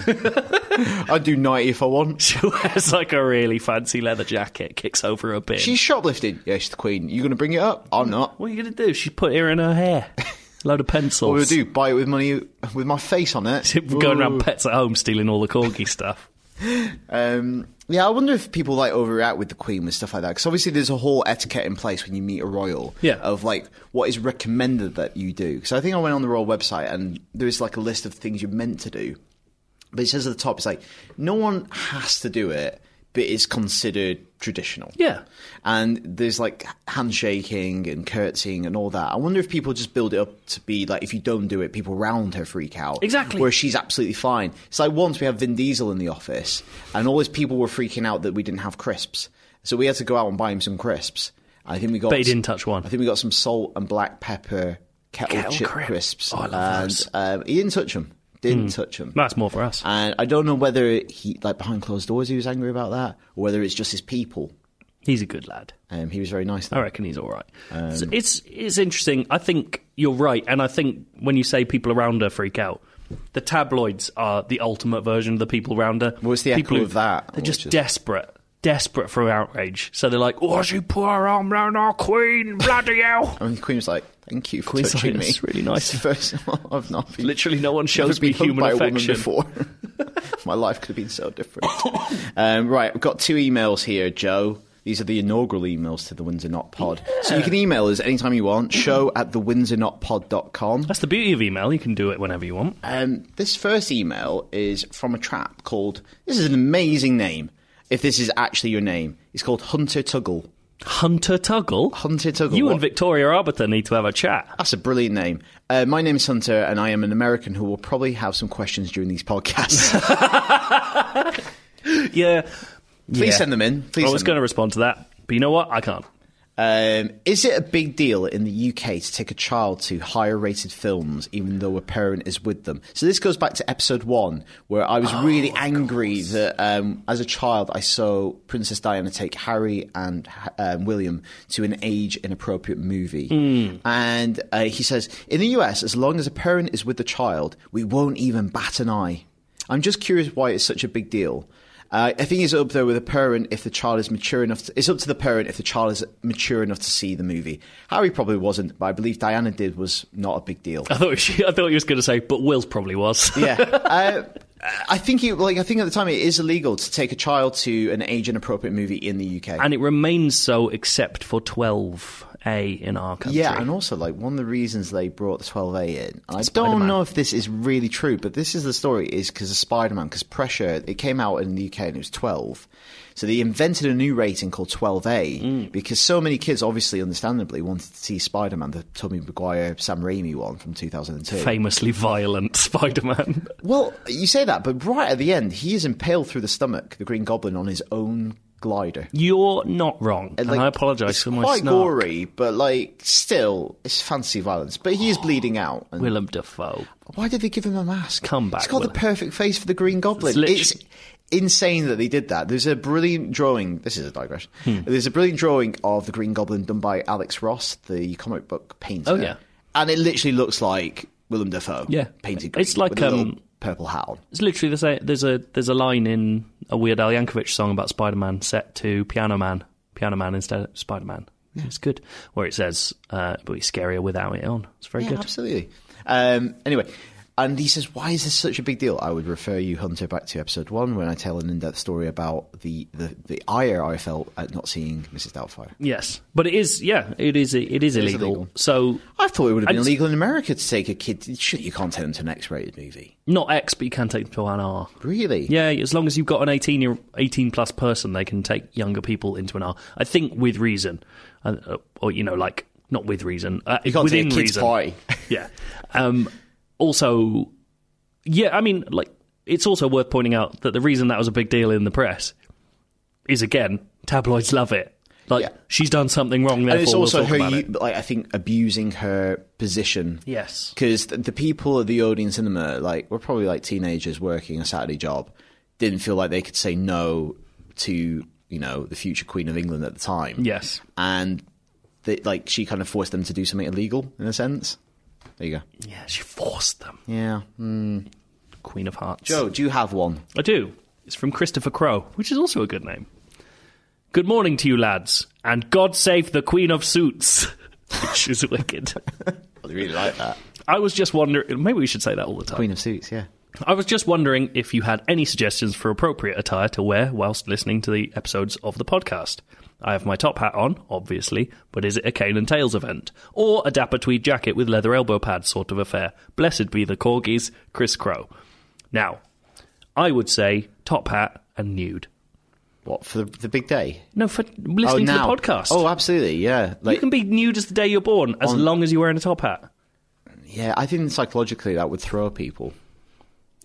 Speaker 2: I do 90 if I want.
Speaker 3: she wears like a really fancy leather jacket, kicks over a bin.
Speaker 2: She's shoplifting. Yeah, she's the Queen. You going to bring it up? I'm not.
Speaker 3: what are you going to do? She put her in her hair. Load of pencils.
Speaker 2: What we do? Buy it with money with my face on it.
Speaker 3: Going around
Speaker 2: Ooh.
Speaker 3: pets at home stealing all the corgi stuff.
Speaker 2: Um, yeah, I wonder if people like overreact with the Queen with stuff like that. Because obviously, there's a whole etiquette in place when you meet a royal
Speaker 3: Yeah.
Speaker 2: of like what is recommended that you do. Because I think I went on the royal website and there is like a list of things you're meant to do, but it says at the top, it's like no one has to do it, but is considered traditional.
Speaker 3: Yeah.
Speaker 2: And there's like handshaking and curtsying and all that. I wonder if people just build it up to be like, if you don't do it, people round her freak out.
Speaker 3: Exactly.
Speaker 2: Whereas she's absolutely fine. It's like once we had Vin Diesel in the office, and all his people were freaking out that we didn't have crisps. So we had to go out and buy him some crisps. I think we got.
Speaker 3: But he didn't touch one.
Speaker 2: I think we got some salt and black pepper kettle,
Speaker 3: Kettle
Speaker 2: chip
Speaker 3: crisp.
Speaker 2: crisps.
Speaker 3: Oh, I love
Speaker 2: and,
Speaker 3: those. Hmm.
Speaker 2: Um, he didn't touch them. Didn't touch them.
Speaker 3: That's more for us.
Speaker 2: And I don't know whether he, like behind closed doors, he was angry about that, or whether it's just his people.
Speaker 3: He's a good lad.
Speaker 2: Um, he was very nice.
Speaker 3: I
Speaker 2: Though.
Speaker 3: reckon he's all right.
Speaker 2: Um,
Speaker 3: So it's it's interesting. I think you're right, and I think when you say people around her freak out, the tabloids are the ultimate version of the people around her.
Speaker 2: Well, it's the
Speaker 3: people
Speaker 2: echo of that,
Speaker 3: They're just
Speaker 2: which is-
Speaker 3: desperate, desperate for outrage. So they're like, "Oh, she put her arm round our queen, bloody hell!"
Speaker 2: I mean, Queen was like, "Thank you for
Speaker 3: Queen's
Speaker 2: touching
Speaker 3: like,
Speaker 2: me."
Speaker 3: "That's really nice."
Speaker 2: It's the first time I've not been
Speaker 3: Literally, no one shows
Speaker 2: never
Speaker 3: me
Speaker 2: been hugged
Speaker 3: human
Speaker 2: by
Speaker 3: affection.
Speaker 2: a woman before. My life could have been so different. um, right, we've got two emails here, Joe. These are the inaugural emails to the Windsor Not Pod. So you can email us anytime you want. Show at the thewindsornotpod.com.
Speaker 3: That's the beauty of email. You can do it whenever you want.
Speaker 2: Um, this first email is from a chap called. This is an amazing name. If this is actually your name, it's called Hunter Tuggle.
Speaker 3: Hunter Tuggle.
Speaker 2: Hunter Tuggle.
Speaker 3: You and
Speaker 2: What-
Speaker 3: Victoria Arbiter need to have a chat.
Speaker 2: That's a brilliant name. Uh, my name is Hunter, and I am an American who will probably have some questions during these podcasts.
Speaker 3: Yeah.
Speaker 2: Please send them in. Please.
Speaker 3: I was
Speaker 2: send
Speaker 3: going to
Speaker 2: them.
Speaker 3: respond to that, but you know what? I can't.
Speaker 2: Um, is it a big deal in the UK to take a child to higher rated films, even though a parent is with them? So this goes back to episode one, where I was really
Speaker 3: Oh,
Speaker 2: angry that um, as a child I saw Princess Diana take Harry and um, William to an age inappropriate movie,
Speaker 3: Hmm.
Speaker 2: and uh, he says in the US, as long as a parent is with the child, we won't even bat an eye. I'm just curious why it's such a big deal. Uh, I think it's up there with a parent if the child is mature enough. To, it's up to the parent if the child is mature enough to see the movie. Harry probably wasn't, but I believe Diana did was not a big deal.
Speaker 3: I thought she, I thought he was going to say, but Will's probably was.
Speaker 2: yeah, uh, I think it, like I think at the time it is illegal to take a child to an age inappropriate movie in the UK.
Speaker 3: and it remains so except for 12A in our country.
Speaker 2: yeah, and also like one of the reasons they brought the 12A in. and I don't
Speaker 3: Spider-Man.
Speaker 2: know if this is really true, but this is the story is because of Spider-Man because pressure it came out in the UK and it was 12. So they invented a new rating called 12A
Speaker 3: Mm.
Speaker 2: because so many kids obviously understandably wanted to see Spider-Man, the Tobey Maguire Sam Raimi one from 2002.
Speaker 3: famously violent Spider-Man.
Speaker 2: Well, you say that, but right at the end he is impaled through the stomach, the Green Goblin on his own glider.
Speaker 3: You're not wrong, and
Speaker 2: Like,
Speaker 3: I apologise
Speaker 2: it's
Speaker 3: for my
Speaker 2: quite
Speaker 3: snark.
Speaker 2: gory, but like still, it's fancy violence. But he is bleeding out. and-
Speaker 3: Willem Dafoe.
Speaker 2: Why did they give him a mask?
Speaker 3: Come back,
Speaker 2: It's got the
Speaker 3: Willem.
Speaker 2: perfect face for the Green Goblin.
Speaker 3: lit-
Speaker 2: It's, insane that they did that. There's a brilliant drawing. This is a digression.
Speaker 3: Hmm.
Speaker 2: There's a brilliant drawing of the Green Goblin done by Alex Ross, the comic book painter.
Speaker 3: Oh, yeah.
Speaker 2: and it literally looks like Willem Dafoe.
Speaker 3: Yeah.
Speaker 2: painted. Green
Speaker 3: It's like,
Speaker 2: with a little
Speaker 3: um,
Speaker 2: purple hat on.
Speaker 3: It's literally the same. There's a there's a line in a Weird Al Yankovic song about Spider-Man set to Piano Man. Piano Man instead of Spider-Man. It's good. Where it says, uh, but he's scarier without it on. It's very
Speaker 2: Yeah,
Speaker 3: good.
Speaker 2: absolutely. Um, anyway, and he says, "Why is this such a big deal?" I would refer you, Hunter, back to episode one when I tell an in-depth story about the the, the ire I felt at not seeing Mrs. Doubtfire.
Speaker 3: Yes, but it is. Yeah, it is. It is illegal.
Speaker 2: illegal.
Speaker 3: So
Speaker 2: I thought it would have been
Speaker 3: And-
Speaker 2: illegal in America to take a kid. Sure, you can't take them to an X-rated movie.
Speaker 3: not X, but you can take them to an R.
Speaker 2: Really?
Speaker 3: Yeah, as long as you've got an 18 year 18 plus person, they can take younger people into an R. I think with reason, Uh, uh, or you know, like not with reason, uh,
Speaker 2: You can't
Speaker 3: within
Speaker 2: take a kid's
Speaker 3: reason.
Speaker 2: party.
Speaker 3: Yeah. Um, also, yeah, I mean, like it's also worth pointing out that the reason that was a big deal in the press is again tabloids love it. Like
Speaker 2: Yeah.
Speaker 3: she's done something wrong, therefore
Speaker 2: and it's also
Speaker 3: we'll talk
Speaker 2: her,
Speaker 3: about
Speaker 2: u-
Speaker 3: it.
Speaker 2: like I think, abusing her position.
Speaker 3: Yes.
Speaker 2: because the, the people of the audience cinema, like, were probably like teenagers working a Saturday job, didn't feel like they could say no to you know the future Queen of England at the time.
Speaker 3: Yes.
Speaker 2: and they, like she kind of forced them to do something illegal in a sense. There you go.
Speaker 3: Yeah, she forced them.
Speaker 2: Yeah.
Speaker 3: Queen of Hearts.
Speaker 2: Joe, do you have one?
Speaker 3: I do. It's from Christopher Crow, which is also a good name. Good morning to you, lads, and God save the Queen of Suits, which is wicked.
Speaker 2: I really like that.
Speaker 3: I was just wondering, maybe we should say that all the time.
Speaker 2: Queen of Suits. Yeah.
Speaker 3: I was just wondering if you had any suggestions for appropriate attire to wear whilst listening to the episodes of the podcast. I have my top hat on, obviously, but is it a cane and tails event? Or a dapper tweed jacket with leather elbow pads sort of affair? Blessed be the corgis, Chris Crow. Now, I would say top hat and nude.
Speaker 2: What for the, the big day?
Speaker 3: No, for listening to the podcast.
Speaker 2: Oh, absolutely, yeah. Like,
Speaker 3: you can be nude as the day you're born, as
Speaker 2: On-
Speaker 3: long as you're wearing a top hat.
Speaker 2: yeah, I think psychologically that would throw people.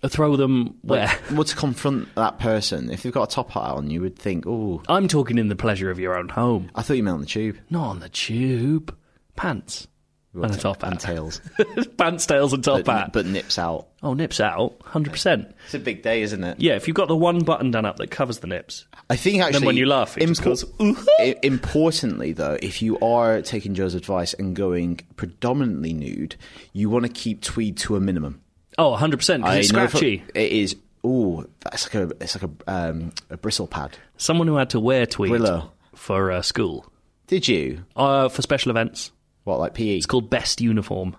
Speaker 3: Or Uh, throw them where?
Speaker 2: Well, to confront that person, if they've got a top hat on, you would think, "Oh,
Speaker 3: I'm talking in the pleasure of your own home,
Speaker 2: I thought you meant on the tube."
Speaker 3: not on the tube. Pants and a top
Speaker 2: and
Speaker 3: hat.
Speaker 2: tails,
Speaker 3: Pants, tails, and top hat.
Speaker 2: but, but nips out.
Speaker 3: oh, nips out, hundred percent.
Speaker 2: It's a big day, isn't it?
Speaker 3: Yeah, if you've got the one button done up that covers the nips,
Speaker 2: I think actually.
Speaker 3: then when you laugh, it just
Speaker 2: impor-
Speaker 3: goes. "Ooh."
Speaker 2: I- importantly, though, if you are taking Joe's advice and going predominantly nude, you want to keep tweed to a minimum.
Speaker 3: Oh, 100 percent. Because it's
Speaker 2: I know for-
Speaker 3: scratchy.
Speaker 2: It is. Oh, that's like a it's like a um, a bristle pad.
Speaker 3: Someone who had to wear tweed
Speaker 2: Brillo.
Speaker 3: for uh, school,
Speaker 2: Did you?
Speaker 3: uh, for special events.
Speaker 2: What like E? PE?
Speaker 3: It's called best uniform.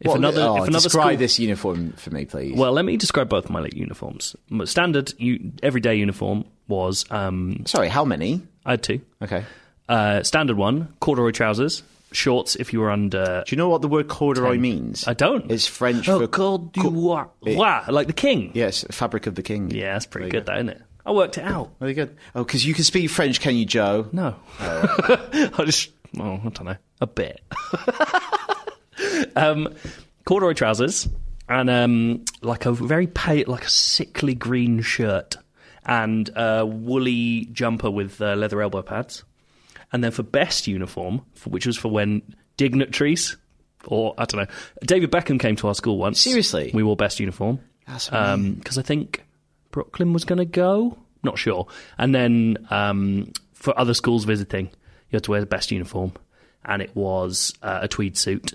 Speaker 3: If
Speaker 2: What-
Speaker 3: another,
Speaker 2: oh,
Speaker 3: if another
Speaker 2: describe
Speaker 3: school,
Speaker 2: this uniform for me, please.
Speaker 3: Well, let me describe both my like, uniforms. My standard u- everyday uniform was um,
Speaker 2: Sorry, how many?
Speaker 3: I had two.
Speaker 2: Okay.
Speaker 3: Uh, standard one, corduroy trousers, shorts if you were under.
Speaker 2: Do you know what the word corduroy means?
Speaker 3: I don't.
Speaker 2: It's French
Speaker 3: Oh,
Speaker 2: for
Speaker 3: corduroy, like the king. Yeah,
Speaker 2: Yes, fabric of the king.
Speaker 3: that's pretty good, that, isn't it? I worked it out.
Speaker 2: Really good. Oh, because you can speak French, can you, Joe?
Speaker 3: No, I just oh, I don't know a bit. um, corduroy trousers and um, like a very pale, like a sickly green shirt and a woolly jumper with uh, leather elbow pads. And then for best uniform, for, which was for when dignitaries or I don't know, David Beckham came to our school once.
Speaker 2: Seriously?
Speaker 3: we wore best uniform
Speaker 2: That's
Speaker 3: because I think Brooklyn was going to go. Not sure. And then um, for other schools visiting, you had to wear the best uniform, and it was uh, a tweed suit,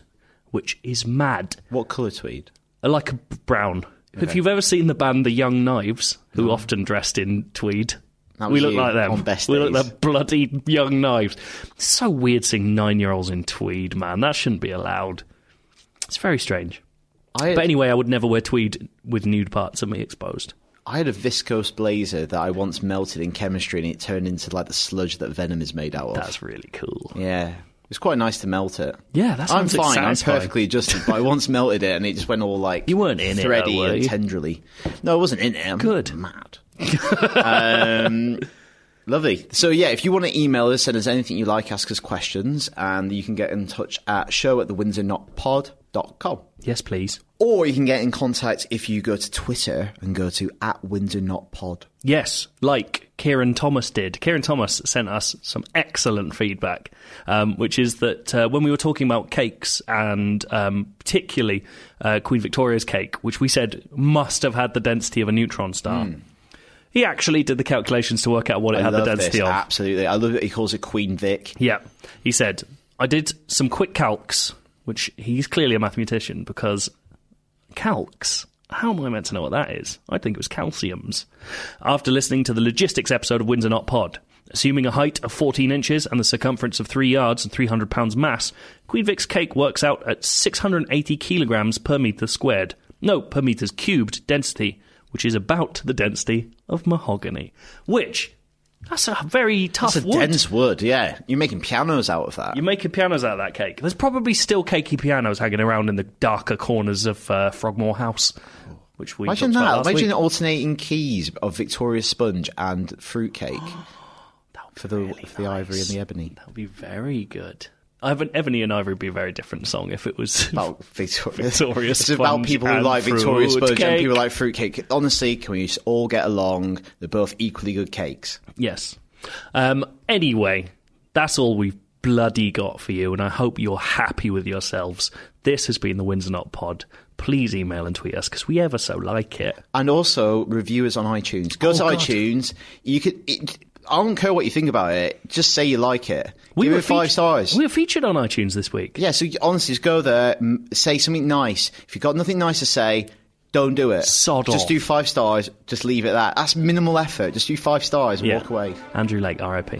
Speaker 3: which is mad,
Speaker 2: What colour tweed?
Speaker 3: like a b- brown. If you've ever seen the band The Young Knives, who often dressed in tweed.
Speaker 2: That
Speaker 3: We
Speaker 2: was
Speaker 3: look
Speaker 2: you
Speaker 3: like them.
Speaker 2: on best
Speaker 3: we look
Speaker 2: days.
Speaker 3: like bloody young knives. It's so weird seeing nine-year-olds in tweed, man. That shouldn't be allowed. It's very strange.
Speaker 2: I had,
Speaker 3: But anyway, I would never wear tweed with nude parts of me exposed.
Speaker 2: I had a viscose blazer that I once melted in chemistry and it turned into like the sludge that venom is made out of.
Speaker 3: That's really cool.
Speaker 2: Yeah. It was quite nice to melt it.
Speaker 3: Yeah, that
Speaker 2: I'm
Speaker 3: sounds
Speaker 2: fine.
Speaker 3: satisfying.
Speaker 2: I'm perfectly adjusted. but I once melted it and it just went all like
Speaker 3: You weren't in it, though,
Speaker 2: thready
Speaker 3: were
Speaker 2: and
Speaker 3: you?
Speaker 2: tenderly. No, I wasn't in it. I'm
Speaker 3: Good.
Speaker 2: Mad. um, lovely. So yeah, if you want to email us, send us anything you like, ask us questions, and you can get in touch at show at the com.
Speaker 3: Yes, please.
Speaker 2: Or you can get in contact if you go to Twitter and go to at Windsor Not Pod.
Speaker 3: Yes, like Kieran Thomas did. Kieran Thomas sent us some excellent feedback, um, which is that uh, when we were talking about cakes and um, particularly uh, Queen Victoria's cake, which we said must have had the density of a neutron star, he actually did the calculations to work out what it
Speaker 2: Hmm. I
Speaker 3: had the
Speaker 2: love
Speaker 3: density
Speaker 2: this.
Speaker 3: of.
Speaker 2: Absolutely. I love it. He calls it Queen Vic.
Speaker 3: Yeah. He said, I did some quick calcs, which he's clearly a mathematician because calcs. How am I meant to know what that is? I think it was calciums. After listening to the logistics episode of Windsor Not Pod, assuming a height of 14 inches and the circumference of 3 yards and 300 pounds mass, Queen Vic's cake works out at 680 kilograms per meter squared. No, per meters cubed density, which is about the density of mahogany. Which, that's a very tough
Speaker 2: That's a
Speaker 3: wood.
Speaker 2: dense wood, yeah. You're making pianos out of that.
Speaker 3: You're making pianos out of that cake. There's probably still cakey pianos hanging around in the darker corners of uh, Frogmore House, which we
Speaker 2: Imagine
Speaker 3: talked about
Speaker 2: that.
Speaker 3: last
Speaker 2: Imagine
Speaker 3: week.
Speaker 2: alternating keys of Victoria Sponge and fruitcake for the for the ivory and the ebony.
Speaker 3: That would be very good. I have an Ebony and Ivory would be a very different song if it was.
Speaker 2: About Victoria,
Speaker 3: Victoria
Speaker 2: It's about
Speaker 3: Sponge
Speaker 2: people who
Speaker 3: and
Speaker 2: like Victoria Sponge and
Speaker 3: fruitcake.
Speaker 2: people who like fruitcake. Honestly, can we just all get along? They're both equally good cakes.
Speaker 3: yes. Um, anyway, that's all we've bloody got for you, and I hope you're happy with yourselves. This has been the Windsor Not Pod. Please email and tweet us because we ever so like it.
Speaker 2: And also reviewers on iTunes. Go to
Speaker 3: Oh, God.
Speaker 2: iTunes. You could. It, I don't care what you think about it. Just say you like it. Give
Speaker 3: were
Speaker 2: it five
Speaker 3: featu-
Speaker 2: stars.
Speaker 3: We were featured on iTunes this week.
Speaker 2: yeah. So you- honestly, just go there. m- Say something nice. If you've got nothing nice to say. Don't do it.
Speaker 3: Sod
Speaker 2: just
Speaker 3: off.
Speaker 2: do five stars. Just leave it at that. That's minimal effort. Just do five stars and
Speaker 3: Yeah.
Speaker 2: walk away.
Speaker 3: Andrew Lake, RIP.